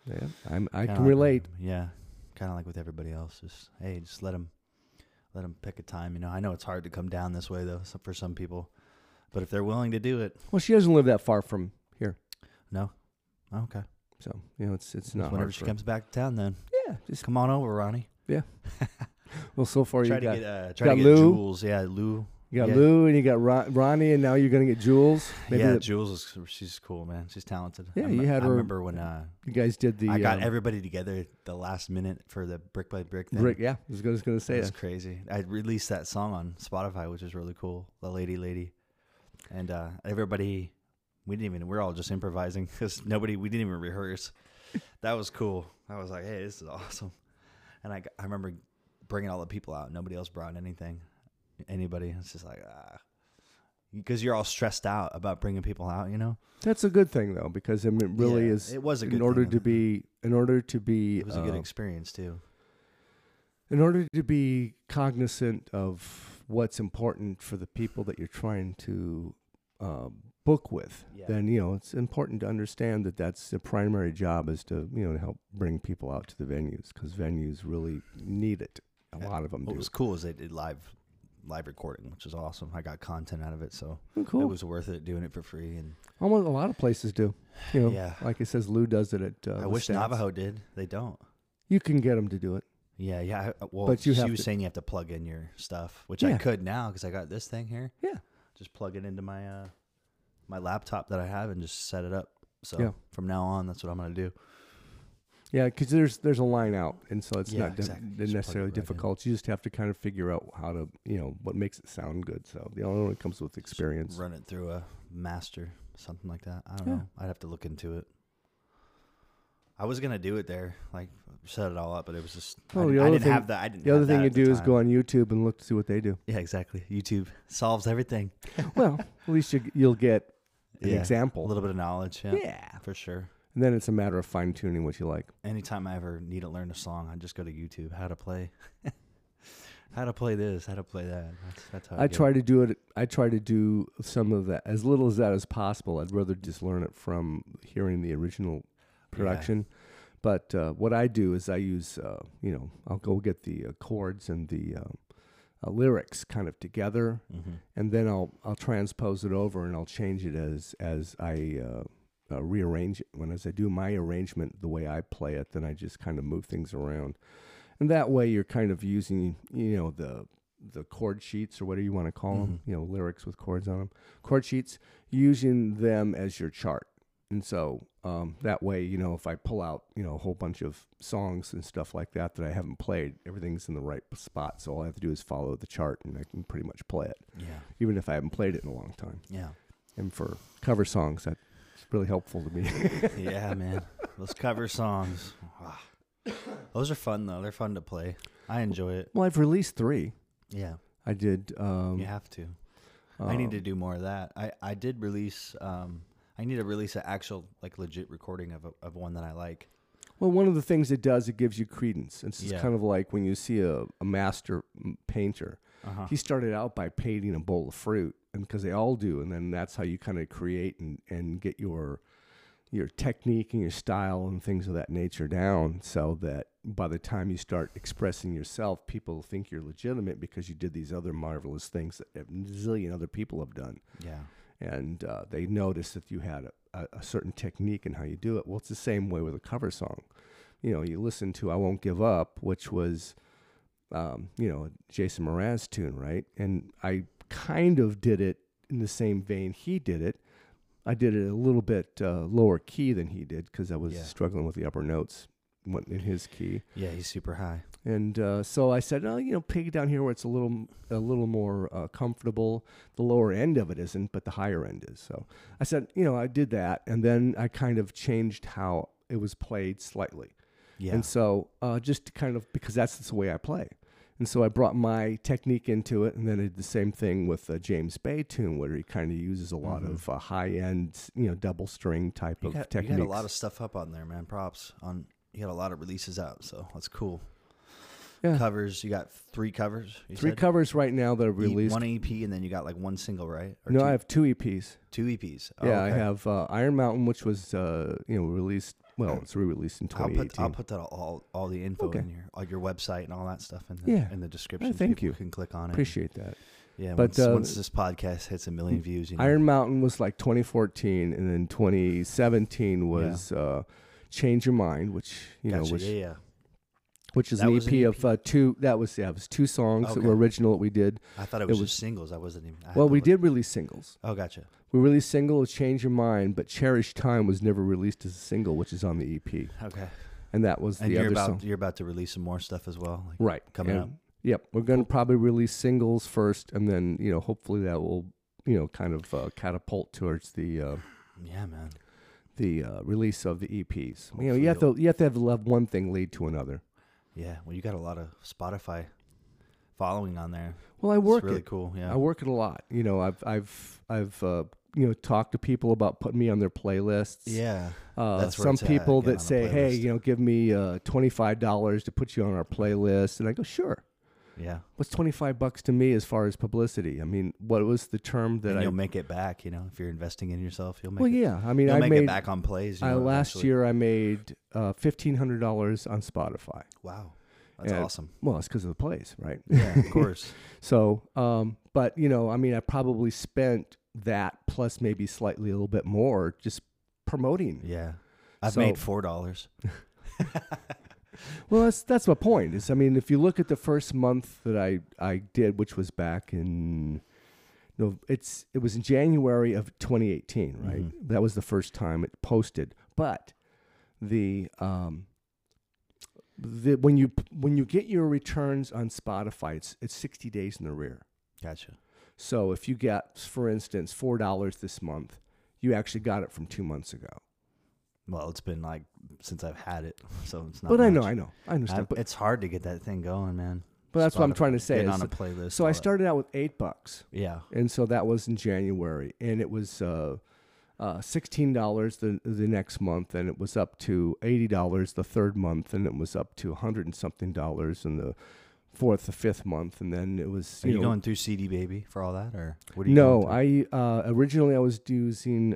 Speaker 2: Yeah, I'm, I
Speaker 1: Kinda
Speaker 2: can
Speaker 1: like-
Speaker 2: relate.
Speaker 1: yeah, kind of like with everybody else. Just hey, just let them let them pick a time. You know, I know it's hard to come down this way though so- for some people, but if they're willing to do it,
Speaker 2: Well, she doesn't live that far from here,
Speaker 1: no, oh, okay.
Speaker 2: so you know it's it's
Speaker 1: Just
Speaker 2: not
Speaker 1: whenever
Speaker 2: hard
Speaker 1: she
Speaker 2: for-
Speaker 1: comes back to town, then
Speaker 2: Yeah, just
Speaker 1: come on over, Ronnie.
Speaker 2: well, so far
Speaker 1: Try
Speaker 2: you
Speaker 1: to
Speaker 2: got
Speaker 1: get uh, try
Speaker 2: got
Speaker 1: to get
Speaker 2: Lou?
Speaker 1: Jules. Yeah, Lou.
Speaker 2: you got
Speaker 1: yeah.
Speaker 2: Lou and you got Ron, Ronnie, and now you're gonna get Jules. Maybe
Speaker 1: yeah,
Speaker 2: the-
Speaker 1: Jules is she's cool, man. She's talented.
Speaker 2: Yeah,
Speaker 1: I,
Speaker 2: you
Speaker 1: me-
Speaker 2: had
Speaker 1: I
Speaker 2: her-
Speaker 1: remember when uh,
Speaker 2: you guys did the.
Speaker 1: I got
Speaker 2: um,
Speaker 1: everybody together the last minute for the brick by brick thing.
Speaker 2: Rick, yeah, I was gonna, I was gonna say
Speaker 1: That's
Speaker 2: that.
Speaker 1: crazy. I released that song on Spotify, which is really cool. The Lady Lady, and uh, everybody, we didn't even. We're all just improvising [laughs] because nobody. We didn't even rehearse. That was cool. I was like, hey, this is awesome. And I, g- I remember bringing all the people out. Nobody else brought anything. Anybody. It's just like ah. because you're all stressed out about bringing people out. You know,
Speaker 2: That's a good thing though, because I mean, it really
Speaker 1: Yeah,
Speaker 2: is.
Speaker 1: It was a good
Speaker 2: in order
Speaker 1: thing.
Speaker 2: to be in order to be
Speaker 1: It was a good
Speaker 2: uh,
Speaker 1: experience too.
Speaker 2: in order to be cognizant of what's important for the people that you're trying to uh, book with,
Speaker 1: Yeah.
Speaker 2: then you know it's important to understand that that's the primary job is to you know help bring people out to the venues because venues really need it. A
Speaker 1: Yeah.
Speaker 2: lot of them
Speaker 1: What
Speaker 2: do.
Speaker 1: was cool is they did live live recording, which is awesome. I got content out of it, so
Speaker 2: Oh, cool.
Speaker 1: it was worth it doing it for free. And
Speaker 2: Almost a lot of places do. You know,
Speaker 1: Yeah.
Speaker 2: like it says, Lou does it at. Uh,
Speaker 1: I
Speaker 2: the
Speaker 1: wish
Speaker 2: Stats.
Speaker 1: Navajo did. They don't.
Speaker 2: You can get them to do it.
Speaker 1: Yeah, yeah. I- uh, Well,
Speaker 2: But you
Speaker 1: she
Speaker 2: have
Speaker 1: was
Speaker 2: to-
Speaker 1: saying you have to plug in your stuff, which I
Speaker 2: Yeah.
Speaker 1: could now because I got this thing here.
Speaker 2: Yeah.
Speaker 1: Just plug it into my uh, my laptop that I have and just set it up. So
Speaker 2: Yeah.
Speaker 1: from now on, that's what I'm gonna do.
Speaker 2: Yeah, because there's there's a line out, and so it's
Speaker 1: Yeah,
Speaker 2: not di-
Speaker 1: exactly.
Speaker 2: di-
Speaker 1: Just plug it
Speaker 2: necessarily
Speaker 1: right in.
Speaker 2: difficult. You just have to kind of figure out how to, you know, what makes it sound good. So the only one comes with experience.
Speaker 1: Run it through a master, something like that. I don't
Speaker 2: Yeah.
Speaker 1: know. I'd have to look into it. I was gonna do it there, like set it all up, but it was just I,
Speaker 2: Well,
Speaker 1: didn't-
Speaker 2: Oh, the
Speaker 1: I
Speaker 2: other
Speaker 1: didn't
Speaker 2: thing-
Speaker 1: have that. I didn't.
Speaker 2: The other
Speaker 1: have that
Speaker 2: thing you
Speaker 1: at the
Speaker 2: do is
Speaker 1: time.
Speaker 2: go on YouTube and look to see
Speaker 1: [laughs]
Speaker 2: what they do.
Speaker 1: Yeah, exactly. YouTube solves everything.
Speaker 2: well, at least you, you'll get an
Speaker 1: Yeah. A
Speaker 2: example.
Speaker 1: little bit of knowledge, yeah,
Speaker 2: yeah,
Speaker 1: for sure.
Speaker 2: and then it's a matter of fine tuning what you like.
Speaker 1: Anytime I ever need to learn a song, I just go to YouTube. How to play, [laughs] how to play this, how to play that. That's, that's how I,
Speaker 2: I
Speaker 1: do it.
Speaker 2: try to do it. I try to do some of that as little as that as possible. I'd rather just learn it from hearing the original production. But uh, what I do is I use, uh, you know, I'll go get the uh, chords and the um uh, lyrics kind of together,
Speaker 1: Mhm.
Speaker 2: and then I'll I'll transpose it over and I'll change it as as I. Uh, uh, rearrange it when as I do my arrangement the way I play it, then I just kind of move things around, and that way you're kind of using you know the the chord sheets or whatever you want to call
Speaker 1: Mhm.
Speaker 2: them, you know lyrics with chords on them, chord sheets, using them as your chart, and so um, that way you know if I pull out you know a whole bunch of songs and stuff like that that I haven't played, everything's in the right spot, so all I have to do is follow the chart and I can pretty much play it,
Speaker 1: Yeah,
Speaker 2: even if I haven't played it in a long time,
Speaker 1: yeah.
Speaker 2: and for cover songs that's really
Speaker 1: [laughs]
Speaker 2: helpful to me.
Speaker 1: yeah, man. Those cover songs. Ah. Those are fun though. They're fun to play. I enjoy it.
Speaker 2: Well, I've released three.
Speaker 1: Yeah.
Speaker 2: I did. Um, uh,
Speaker 1: You have to. I need to do more of that. I, I did release um I need to release an actual like legit recording of a, of one that I like.
Speaker 2: Well, one of the things it does, it gives you credence. It's just
Speaker 1: Yeah.
Speaker 2: kind of like when you see a, a master m- painter.
Speaker 1: Uh-huh.
Speaker 2: He started out by painting a bowl of fruit, and because they all do, and then that's how you kind of create and, and get your your technique and your style and things of that nature down, so that by the time you start expressing yourself, people think you're legitimate because you did these other marvelous things that a zillion other people have done.
Speaker 1: Yeah.
Speaker 2: and uh, they noticed that you had a, a, a certain technique in how you do it. Well, it's the same way with a cover song. You know, you listen to "I Won't Give Up," which was, um, you know, a Jason Mraz tune, right? And I kind of did it in the same vein he did it. I did it a little bit uh, lower key than he did because I was
Speaker 1: Yeah.
Speaker 2: struggling with the upper notes went in his key.
Speaker 1: Yeah, he's super high.
Speaker 2: And uh, so I said, oh, you know, pig down here where it's a little a little more uh, comfortable. The lower end of it isn't, but the higher end is. So I said, you know, I did that, and then I kind of changed how it was played slightly.
Speaker 1: Yeah.
Speaker 2: And so uh, just to kind of because that's the way I play. And so I brought my technique into it, and then I did the same thing with a James Bay tune, where he kind of uses a lot
Speaker 1: Mhm.
Speaker 2: of uh, high end, you know, double string type
Speaker 1: you
Speaker 2: of
Speaker 1: got, you
Speaker 2: techniques.
Speaker 1: got a lot of stuff up on there, man. Props on you got a lot of releases out, so that's cool.
Speaker 2: Yeah.
Speaker 1: Covers, you got three covers. You
Speaker 2: Three
Speaker 1: said?
Speaker 2: covers right now that are
Speaker 1: E-
Speaker 2: released.
Speaker 1: One EP and then you got like one single, right? Or
Speaker 2: no,
Speaker 1: two,
Speaker 2: I have two E EPs.
Speaker 1: two EPs. Oh,
Speaker 2: yeah, I
Speaker 1: okay.
Speaker 2: have uh, Iron Mountain, which was uh, you know released. Well, it's re-released in
Speaker 1: I'll
Speaker 2: 2018.
Speaker 1: put I'll put that all all, all the info
Speaker 2: Okay.
Speaker 1: in your all your website and all that stuff in the
Speaker 2: Yeah.
Speaker 1: in the description.
Speaker 2: thank
Speaker 1: People
Speaker 2: you.
Speaker 1: Can click on it.
Speaker 2: Appreciate that.
Speaker 1: yeah,
Speaker 2: but,
Speaker 1: once,
Speaker 2: uh, Mm,
Speaker 1: once this podcast hits a million views, you know,
Speaker 2: Iron Mountain was like 2014, and then 2017 was uh, Change Your Mind, which you know
Speaker 1: gotcha.
Speaker 2: which
Speaker 1: yeah, yeah.
Speaker 2: which is
Speaker 1: That
Speaker 2: an
Speaker 1: was
Speaker 2: EP,
Speaker 1: an E
Speaker 2: of uh, two. That was yeah, it was two songs that were
Speaker 1: Okay.
Speaker 2: original that we did.
Speaker 1: I thought it
Speaker 2: it
Speaker 1: was,
Speaker 2: was-
Speaker 1: just singles. I wasn't even. I had
Speaker 2: Well,
Speaker 1: to
Speaker 2: we
Speaker 1: look-
Speaker 2: did release singles.
Speaker 1: Oh, gotcha.
Speaker 2: We released single of Change Your Mind, but Cherish Time was never released as a single, which is on the EP,
Speaker 1: Okay,
Speaker 2: and that was
Speaker 1: and
Speaker 2: the
Speaker 1: you're
Speaker 2: other
Speaker 1: about
Speaker 2: song.
Speaker 1: you're about to release some more stuff as well. Like,
Speaker 2: right
Speaker 1: coming
Speaker 2: and-
Speaker 1: up.
Speaker 2: Yep, we're going to probably release singles first, and then you know hopefully that will you know kind of uh, catapult towards the uh,
Speaker 1: Yeah, man.
Speaker 2: the uh, release of the EPs. you know,
Speaker 1: Hopefully
Speaker 2: you have to you have to have love one thing lead to another.
Speaker 1: Yeah, well, you got a lot of Spotify following on there.
Speaker 2: Well, I work
Speaker 1: it's really
Speaker 2: it.
Speaker 1: cool. Yeah.
Speaker 2: I work it a lot. You know, I've I've I've uh, you know talked to people about putting me on their playlists.
Speaker 1: yeah.
Speaker 2: Uh,
Speaker 1: That's where
Speaker 2: some
Speaker 1: it's at,
Speaker 2: people
Speaker 1: getting
Speaker 2: that
Speaker 1: on a
Speaker 2: say, "Hey,
Speaker 1: playlist.
Speaker 2: you know, give me uh, twenty five dollars to put you on our playlist," and I go, "Sure."
Speaker 1: Yeah.
Speaker 2: What's twenty five bucks to me as far as publicity? I mean, what was the term that
Speaker 1: and
Speaker 2: I?
Speaker 1: you'll make it back, you know, if you're investing in yourself, you'll make
Speaker 2: Well,
Speaker 1: it,
Speaker 2: yeah. I mean,
Speaker 1: you'll
Speaker 2: I
Speaker 1: make
Speaker 2: made
Speaker 1: it back on plays. You
Speaker 2: I,
Speaker 1: know,
Speaker 2: last
Speaker 1: eventually.
Speaker 2: year I made uh, fifteen hundred dollars on Spotify.
Speaker 1: Wow. That's
Speaker 2: Yeah.
Speaker 1: awesome.
Speaker 2: Well, it's because of the plays, right?
Speaker 1: Yeah,
Speaker 2: [laughs]
Speaker 1: of course.
Speaker 2: So, um, but you know, I mean, I probably spent that plus maybe slightly a little bit more just promoting.
Speaker 1: Yeah. I've
Speaker 2: So-
Speaker 1: made four dollars.
Speaker 2: Well, that's that's my point. Is I mean, if you look at the first month that I I did, which was back in no, it's it was in January of 2018, right?
Speaker 1: Mm-hmm.
Speaker 2: That was the first time it posted. But the um the when you when you get your returns on Spotify, it's it's 60 days in the rear.
Speaker 1: Gotcha.
Speaker 2: So if you get, for instance, four dollars this month, you actually got it from two months ago.
Speaker 1: Well, it's been like since I've had it, so it's not.
Speaker 2: but I know,
Speaker 1: much.
Speaker 2: I know, I understand.
Speaker 1: I-
Speaker 2: but
Speaker 1: it's hard to get that thing going, man.
Speaker 2: but that's what I'm
Speaker 1: Spotify,
Speaker 2: trying to say.
Speaker 1: Getting
Speaker 2: is
Speaker 1: on a
Speaker 2: that-
Speaker 1: playlist.
Speaker 2: so
Speaker 1: all
Speaker 2: I
Speaker 1: that-
Speaker 2: started out with eight bucks,
Speaker 1: Yeah.
Speaker 2: and so that was in January, and it was uh, uh, sixteen dollars the the next month, and it was up to eighty dollars the third month, and it was up to a hundred and something dollars in the fourth, the fifth month, and then it was.
Speaker 1: Are you
Speaker 2: know,
Speaker 1: going through CD Baby for all that, or what are you?
Speaker 2: no,
Speaker 1: going
Speaker 2: I uh, originally I was using.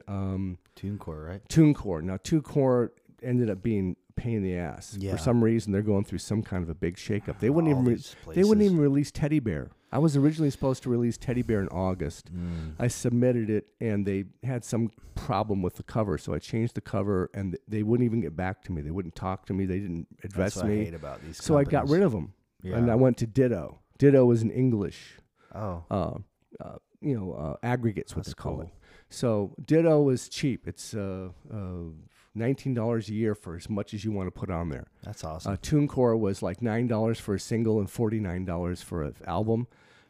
Speaker 1: through?
Speaker 2: Um,
Speaker 1: TuneCore, right?
Speaker 2: TuneCore. Now TuneCore ended up being a pain in the ass.
Speaker 1: Yeah.
Speaker 2: For some reason, they're going through some kind of a big shakeup. They wouldn't
Speaker 1: All
Speaker 2: even re-
Speaker 1: these
Speaker 2: they wouldn't
Speaker 1: places.
Speaker 2: even release Teddy Bear. I was originally supposed to release Teddy Bear in August. I submitted it, and they had some problem with the cover, so I changed the cover, and th- they wouldn't even get back to me. They wouldn't talk to me. They didn't address
Speaker 1: That's what
Speaker 2: me.
Speaker 1: I hate about these.
Speaker 2: so I got rid of them,
Speaker 1: Yeah.
Speaker 2: and I went to Ditto. Ditto is an English
Speaker 1: Oh,
Speaker 2: uh, uh, you know, uh, aggregates, what
Speaker 1: That's
Speaker 2: they call it.
Speaker 1: cool.
Speaker 2: So Ditto is cheap. It's uh, uh, $19 a year for as much as you want to put on there.
Speaker 1: that's awesome.
Speaker 2: Uh, TuneCore was like $9 for a single and $49 for an album.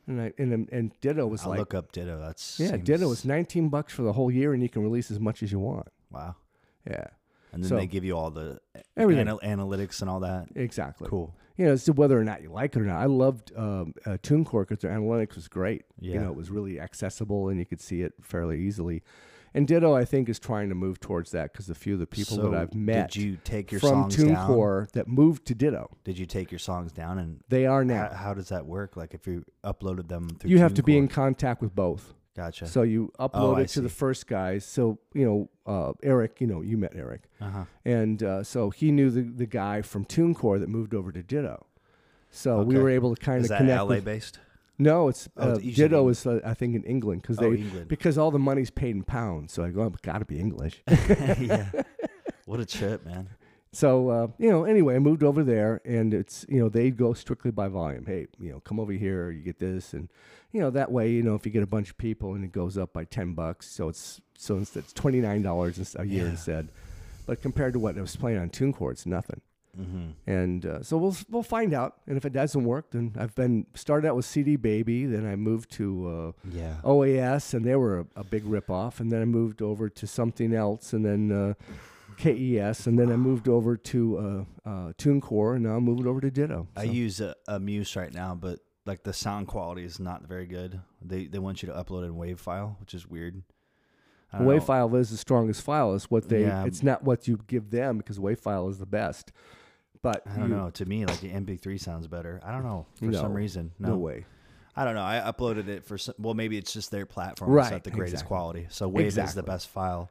Speaker 2: And, I, and, and Ditto was
Speaker 1: I'll
Speaker 2: like,
Speaker 1: look up Ditto. That's
Speaker 2: yeah,
Speaker 1: seems-
Speaker 2: Ditto was 19 bucks for the whole year and you can release as much as you want.
Speaker 1: wow.
Speaker 2: Yeah,
Speaker 1: And then
Speaker 2: So-
Speaker 1: they give you all the
Speaker 2: Everything.
Speaker 1: anal- analytics and all that.
Speaker 2: exactly.
Speaker 1: Cool.
Speaker 2: You know, as to whether or not you like it or not. I loved um, uh, TuneCore because their analytics was great. You
Speaker 1: Yeah.
Speaker 2: know, it was really accessible and you could see it fairly easily. And Ditto, I think, is trying to move towards that because the few of the people
Speaker 1: So
Speaker 2: that I've met
Speaker 1: Did you take your
Speaker 2: from
Speaker 1: songs down?
Speaker 2: TuneCore that moved to Ditto,
Speaker 1: Did you take your songs down and
Speaker 2: they are
Speaker 1: how,
Speaker 2: now.
Speaker 1: how does that work? Like if you uploaded them Ah, through
Speaker 2: You have to be
Speaker 1: TuneCore?
Speaker 2: in contact with both.
Speaker 1: Gotcha.
Speaker 2: So you upload
Speaker 1: Oh, I
Speaker 2: it to the
Speaker 1: see.
Speaker 2: first guys. So, you know, uh, Eric, you know, you met Eric.
Speaker 1: uh-huh.
Speaker 2: And uh, so he knew the, the guy from TuneCore that moved over to Ditto. So we
Speaker 1: Okay.
Speaker 2: were able to kind
Speaker 1: Is
Speaker 2: of
Speaker 1: that
Speaker 2: connect.
Speaker 1: LA
Speaker 2: with-
Speaker 1: based?
Speaker 2: No, it's
Speaker 1: Oh,
Speaker 2: uh,
Speaker 1: it's usually
Speaker 2: Ditto
Speaker 1: Eng-
Speaker 2: is uh, I think in England because
Speaker 1: Oh,
Speaker 2: they
Speaker 1: England. [laughs]
Speaker 2: [laughs] because all the money's paid in pounds. So I go, oh, got to be English. [laughs]
Speaker 1: yeah. What a trip, man.
Speaker 2: so uh, you know, anyway, I moved over there, and it's you know they go strictly by volume. Hey, you know, come over here, you get this, and you know that way, you know, if you get a bunch of people and it goes up by ten bucks, so it's so instead it's twenty nine dollars a year
Speaker 1: Yeah.
Speaker 2: instead. But compared to what I was playing on TuneCore, it's nothing.
Speaker 1: Mm-hmm.
Speaker 2: And uh, so we'll we'll find out. And if it doesn't work, then I've been started out with CD Baby, then I moved to. Uh,
Speaker 1: Yeah.
Speaker 2: OAS, and they were a, a big ripoff. And then I moved over to something else, and then uh, KES, and then I moved over to uh, uh, TuneCore, and now I'm moving over to Ditto.
Speaker 1: I
Speaker 2: So-
Speaker 1: use a, a Muse right now, but like the sound quality is not very good. They they want you to upload in WAV file, which is weird. I don't
Speaker 2: WAV
Speaker 1: know.
Speaker 2: file is the strongest file. It's what they.
Speaker 1: Yeah.
Speaker 2: It's not what you give them because WAV file is the best. But
Speaker 1: I don't
Speaker 2: you-
Speaker 1: know. To me, like the MP3 sounds better. I don't know for
Speaker 2: No.
Speaker 1: some reason.
Speaker 2: No,
Speaker 1: No.
Speaker 2: way.
Speaker 1: I don't know. I uploaded it for some, well, maybe it's just their platform. It's
Speaker 2: Right,
Speaker 1: not the greatest
Speaker 2: exactly.
Speaker 1: quality. So Wave is
Speaker 2: Exactly.
Speaker 1: the best file,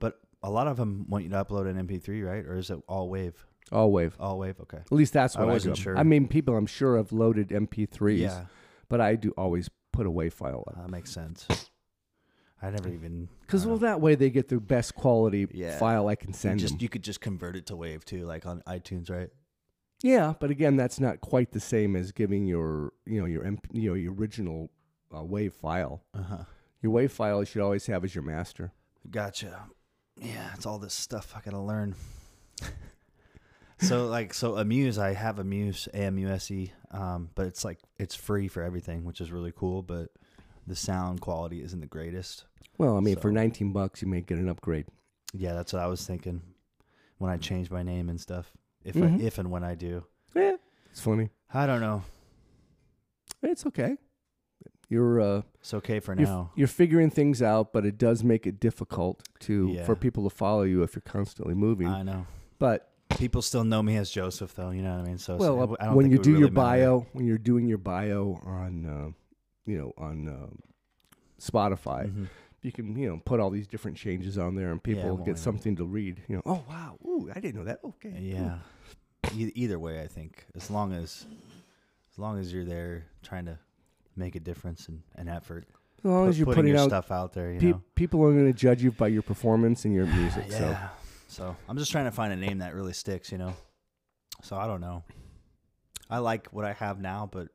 Speaker 1: but a lot of them want you to upload an MP3, right? Or is it all Wave?
Speaker 2: All WAV.
Speaker 1: All Wave. Okay.
Speaker 2: At least that's
Speaker 1: I
Speaker 2: what I,
Speaker 1: wasn't
Speaker 2: do.
Speaker 1: sure.
Speaker 2: I mean, people I'm sure have loaded MP3s,
Speaker 1: Yeah,
Speaker 2: but I do always put a WAV file up.
Speaker 1: that makes sense. I never even
Speaker 2: Because
Speaker 1: I
Speaker 2: well,
Speaker 1: don't know.
Speaker 2: that way they get the best quality
Speaker 1: Yeah.
Speaker 2: file I can send
Speaker 1: you
Speaker 2: them.
Speaker 1: just you could just convert it to Wave too, like on iTunes, right?
Speaker 2: Yeah, but again, that's not quite the same as giving your you know your MP, you know your original uh, WAV file.
Speaker 1: Uh huh.
Speaker 2: Your WAV file you should always have as your master.
Speaker 1: Gotcha. Yeah, it's all this stuff I gotta learn. so like so Amuse, I have Amuse, A M U S E, um, but it's like it's free for everything, which is really cool, but the sound quality isn't the greatest.
Speaker 2: Well, I mean, for
Speaker 1: So-
Speaker 2: nineteen bucks, you may get an upgrade.
Speaker 1: Yeah, that's what I was thinking when I changed my name and stuff. If
Speaker 2: Mhm.
Speaker 1: I, if and when I do.
Speaker 2: Yeah, it's funny.
Speaker 1: I don't know.
Speaker 2: It's okay. You're uh,
Speaker 1: It's okay for
Speaker 2: you're,
Speaker 1: now.
Speaker 2: you're figuring things out, but it does make it difficult to
Speaker 1: Yeah.
Speaker 2: for people to follow you if you're constantly moving.
Speaker 1: I know.
Speaker 2: but
Speaker 1: People still know me as Joseph, though. You know what I mean? So, it's-
Speaker 2: well, uh,
Speaker 1: I don't
Speaker 2: when
Speaker 1: think
Speaker 2: you
Speaker 1: it
Speaker 2: do your
Speaker 1: really matter.
Speaker 2: bio, when you're doing your bio on, uh, you know, on uh, Spotify,
Speaker 1: Mhm.
Speaker 2: you can you know put all these different changes on there, and people
Speaker 1: it won't
Speaker 2: get
Speaker 1: really-
Speaker 2: something to read. You know, oh wow, ooh, I didn't know that. Okay, cool."
Speaker 1: Yeah. E- either way, I think as long as as long as you're there trying to make a difference and an effort,
Speaker 2: As long
Speaker 1: put-
Speaker 2: as you're
Speaker 1: putting,
Speaker 2: putting,
Speaker 1: your
Speaker 2: out,
Speaker 1: stuff out there, you
Speaker 2: pe-
Speaker 1: know.
Speaker 2: people are going to judge you by your performance and your music. So
Speaker 1: [sighs] Yeah. So I'm just trying to find a name that really sticks, you know. So I don't know. I like what I have now, but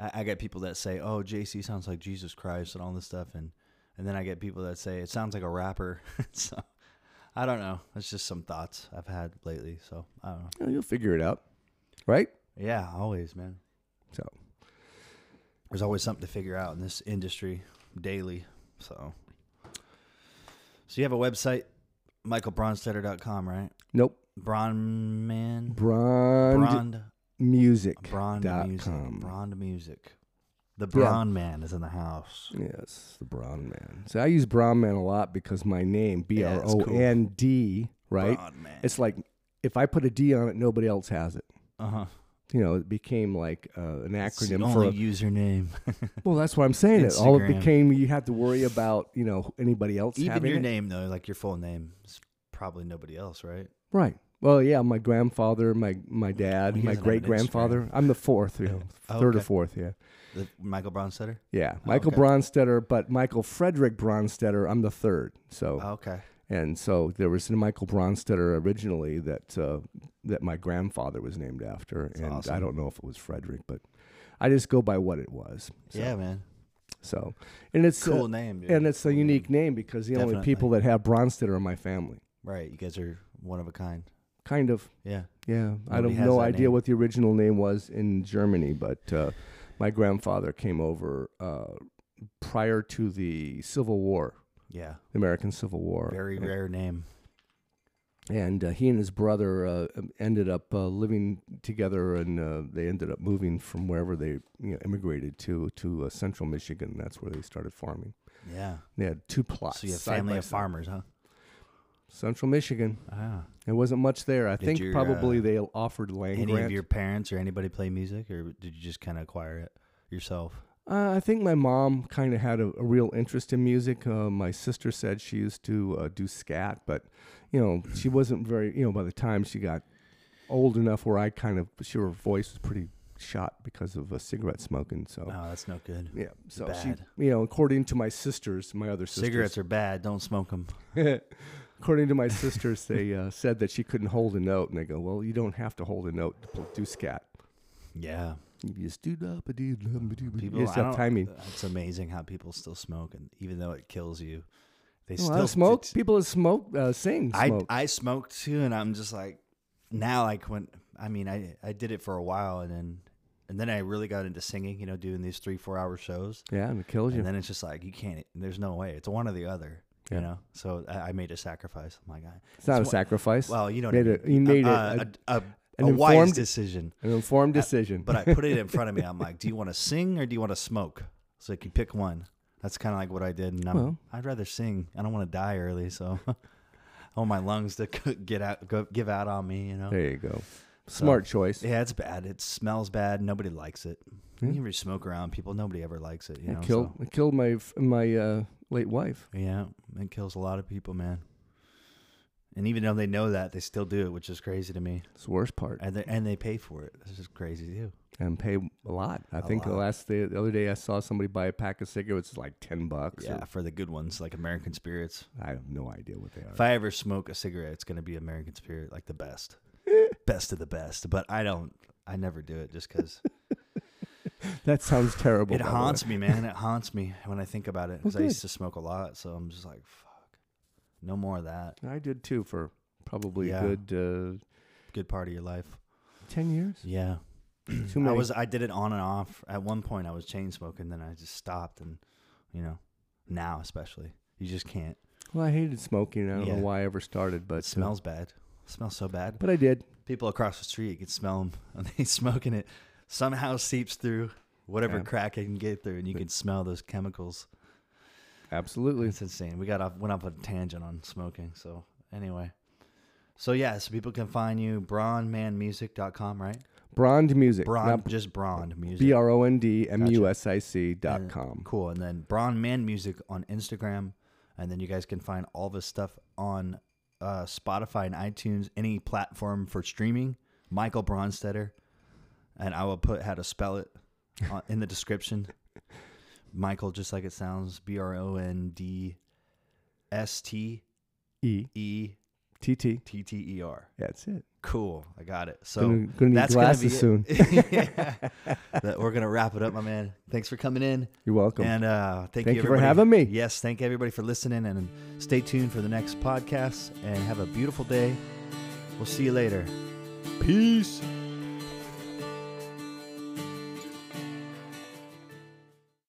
Speaker 1: I, I get people that say, "Oh, JC sounds like Jesus Christ" and all this stuff, and and then I get people that say it sounds like a rapper. [laughs] so I don't know. It's just some thoughts I've had lately. So I don't know.
Speaker 2: you know, you'll figure it out, right?
Speaker 1: Yeah, always, man.
Speaker 2: So
Speaker 1: There's always something to figure out in this industry daily. So, so you have a website, michaelbronstetter.com, right?
Speaker 2: nope,
Speaker 1: Bronman.
Speaker 2: Brond
Speaker 1: Brond.
Speaker 2: Music
Speaker 1: Brond
Speaker 2: dot
Speaker 1: Music.
Speaker 2: com.
Speaker 1: Brond Music. The Brond Man is in the house.
Speaker 2: Yes, the Braun Man. So I use Braun Man a lot because my name B
Speaker 1: Yeah,
Speaker 2: R
Speaker 1: it's
Speaker 2: O
Speaker 1: cool.
Speaker 2: N D, right?
Speaker 1: Braun Man.
Speaker 2: It's like if I put a D on it, nobody else has it.
Speaker 1: uh huh.
Speaker 2: You know, it became like uh, an
Speaker 1: It's the
Speaker 2: acronym for.
Speaker 1: only
Speaker 2: A,
Speaker 1: username.
Speaker 2: well, that's what I'm saying. It all it
Speaker 1: Instagram.
Speaker 2: became you had to worry about you know anybody else
Speaker 1: Even
Speaker 2: having
Speaker 1: your
Speaker 2: it.
Speaker 1: name though, like your full name, is probably nobody else, right?
Speaker 2: Right. Well, yeah, my grandfather, my my dad,
Speaker 1: He
Speaker 2: my
Speaker 1: doesn't have an
Speaker 2: great grandfather. I'm the fourth, you know,
Speaker 1: [laughs] Oh,
Speaker 2: third or
Speaker 1: okay.
Speaker 2: fourth, yeah.
Speaker 1: The Michael Bronstetter.
Speaker 2: Yeah, Michael
Speaker 1: okay.
Speaker 2: Bronstetter, but Michael Frederick Bronstetter, I'm the third. So,
Speaker 1: Oh, Okay.
Speaker 2: and so there was a Michael Bronstetter originally that uh, that my grandfather was named after, and I
Speaker 1: awesome.
Speaker 2: don't know if it was Frederick, but I just go by what it was. So,
Speaker 1: Yeah, man.
Speaker 2: So, and it's uh,
Speaker 1: Cool name. Dude.
Speaker 2: and it's a unique name because the only people that have Bronstetter are my family.
Speaker 1: Right. You guys are one of a kind.
Speaker 2: Kind of.
Speaker 1: Yeah.
Speaker 2: Yeah, I
Speaker 1: Nobody
Speaker 2: don't
Speaker 1: has
Speaker 2: no
Speaker 1: that
Speaker 2: idea
Speaker 1: name.
Speaker 2: what the original name was in Germany, but uh, my grandfather came over uh, prior to the Civil War,
Speaker 1: Yeah.
Speaker 2: the American Civil War.
Speaker 1: Very
Speaker 2: and,
Speaker 1: rare name.
Speaker 2: And uh, he and his brother uh, ended up uh, living together, and uh, they ended up moving from wherever they you know, immigrated to to uh, central Michigan. and That's where they started farming.
Speaker 1: Yeah.
Speaker 2: They had two plots.
Speaker 1: So you have
Speaker 2: side
Speaker 1: family
Speaker 2: by
Speaker 1: of
Speaker 2: side.
Speaker 1: farmers, huh?
Speaker 2: Central Michigan.
Speaker 1: Ah.
Speaker 2: There wasn't much there. I
Speaker 1: Did
Speaker 2: think
Speaker 1: your,
Speaker 2: probably
Speaker 1: uh,
Speaker 2: they offered land
Speaker 1: Any
Speaker 2: grant.
Speaker 1: of your parents or anybody play music, or did you just kind of acquire it yourself?
Speaker 2: Uh, I think my mom kind of had a, a real interest in music. Uh, my sister said she used to uh, do scat, but you know she wasn't very. You know, by the time she got old enough, where I kind of she, her voice was pretty shot because of uh, cigarette smoking. So
Speaker 1: No, that's no good.
Speaker 2: yeah, so she,
Speaker 1: Oh, bad.
Speaker 2: you know, according to my sisters, my other sisters,
Speaker 1: Cigarettes are bad. Don't smoke them.
Speaker 2: [laughs] according to my sisters, they uh, said that she couldn't hold a note, and they go, "Well, you don't have to hold a note to pl- do scat.
Speaker 1: Yeah,
Speaker 2: You just do da ba dee da ba dee ba dee."
Speaker 1: people.
Speaker 2: You just
Speaker 1: I
Speaker 2: have
Speaker 1: don't-
Speaker 2: timing.
Speaker 1: It's amazing how people still smoke, and even though it kills you, they
Speaker 2: Well, I
Speaker 1: still
Speaker 2: smoke. People that smoke uh, sing.
Speaker 1: I
Speaker 2: Smoke.
Speaker 1: I smoke too, and I'm just like now. Like when I mean, I I did it for a while, and then and then I really got into singing. You know, doing these three four hour shows.
Speaker 2: yeah, and it kills you.
Speaker 1: And then it's just like you can't. There's no way. It's one or the other.
Speaker 2: Yeah.
Speaker 1: You know. So I, I made a sacrifice. I'm like, I,
Speaker 2: it's not a
Speaker 1: it's one-
Speaker 2: sacrifice.
Speaker 1: well, you know,
Speaker 2: Made
Speaker 1: what I
Speaker 2: a- you made
Speaker 1: a,
Speaker 2: a-
Speaker 1: a, a,
Speaker 2: an
Speaker 1: a wise
Speaker 2: informed-
Speaker 1: decision.
Speaker 2: An informed
Speaker 1: I-
Speaker 2: decision.
Speaker 1: uh, But I put it in
Speaker 2: [laughs]
Speaker 1: front of me. I'm like, do you want to sing or do you want to smoke? So you can pick one. That's kind of like what I did. And I'm,
Speaker 2: Well.
Speaker 1: I'd rather sing. I don't want to die early, so [laughs] I want my lungs to [laughs] get out, go, give out on me. You know.
Speaker 2: there you go. Smart choice.
Speaker 1: Yeah, it's bad. uh, It smells bad. Nobody likes it.
Speaker 2: Yeah.
Speaker 1: You ever smoke around people, nobody ever likes it. You know,
Speaker 2: Hmm. it killed.
Speaker 1: so-
Speaker 2: It killed my f- my uh, late wife.
Speaker 1: Yeah, it kills a lot of people, man. And even though they know that, they still do it, which is crazy to me.
Speaker 2: It's the worst part.
Speaker 1: And they and they pay for it. This is crazy too.
Speaker 2: And pay a lot. I
Speaker 1: A
Speaker 2: think the
Speaker 1: lot.
Speaker 2: last day, the other day, I saw somebody buy a pack of cigarettes it's like ten bucks. or-
Speaker 1: Yeah, for the good ones like American Spirits.
Speaker 2: I have no idea what they are.
Speaker 1: If I ever smoke a cigarette, it's gonna be American Spirit, like the
Speaker 2: [laughs]
Speaker 1: best, best of the best. But I don't. I never do it just
Speaker 2: [laughs]
Speaker 1: because
Speaker 2: that sounds terrible.
Speaker 1: it
Speaker 2: by the way.
Speaker 1: haunts me, man. It haunts me when I think about it because
Speaker 2: Well,
Speaker 1: I
Speaker 2: good.
Speaker 1: used to smoke a lot. So I'm just like, fuck, no more of that.
Speaker 2: I did too for probably
Speaker 1: Yeah.
Speaker 2: a good
Speaker 1: Good part of your life.
Speaker 2: uh, ten years.
Speaker 1: Yeah,
Speaker 2: Too many.
Speaker 1: I was I did it on and off. At one point, I was chain smoking, then I just stopped, and you know, now especially, you just can't.
Speaker 2: well, I hated smoking. I don't
Speaker 1: Yeah.
Speaker 2: know why I ever started, but
Speaker 1: It smells bad. smells so bad.
Speaker 2: Uh, but I did.
Speaker 1: [laughs] People across the street you can smell them, and they smoking it. Somehow seeps through. whatever
Speaker 2: Yeah.
Speaker 1: crack I can get through, and you can smell those chemicals.
Speaker 2: Absolutely.
Speaker 1: It's insane. We got off went off on a tangent on smoking. So anyway, so yeah, so people can find you brawnmanmusic.com, right?
Speaker 2: Brond Music.
Speaker 1: Braun, just Braun music.
Speaker 2: B R O N D M U S I C dot com.
Speaker 1: Cool. And then Braun Man Music on Instagram. And then you guys can find all this stuff on uh, Spotify and iTunes, any platform for streaming. Michael Bronstetter. And I will put how to spell
Speaker 2: [laughs]
Speaker 1: it on, in the description. Michael, just like it sounds, B R O N D S T
Speaker 2: E
Speaker 1: E
Speaker 2: T T.
Speaker 1: T T E R.
Speaker 2: That's it.
Speaker 1: Cool. I got it. So
Speaker 2: Gonna- gonna need
Speaker 1: that's
Speaker 2: glasses
Speaker 1: gonna be it. [laughs] Yeah. That- We're going to wrap it up, my man. Thanks for coming in.
Speaker 2: You're welcome.
Speaker 1: And uh, thank,
Speaker 2: Thank
Speaker 1: you
Speaker 2: you for
Speaker 1: everybody.
Speaker 2: having me.
Speaker 1: Yes, thank everybody for listening and stay tuned for the next podcast and have a beautiful day. We'll see you later. Peace.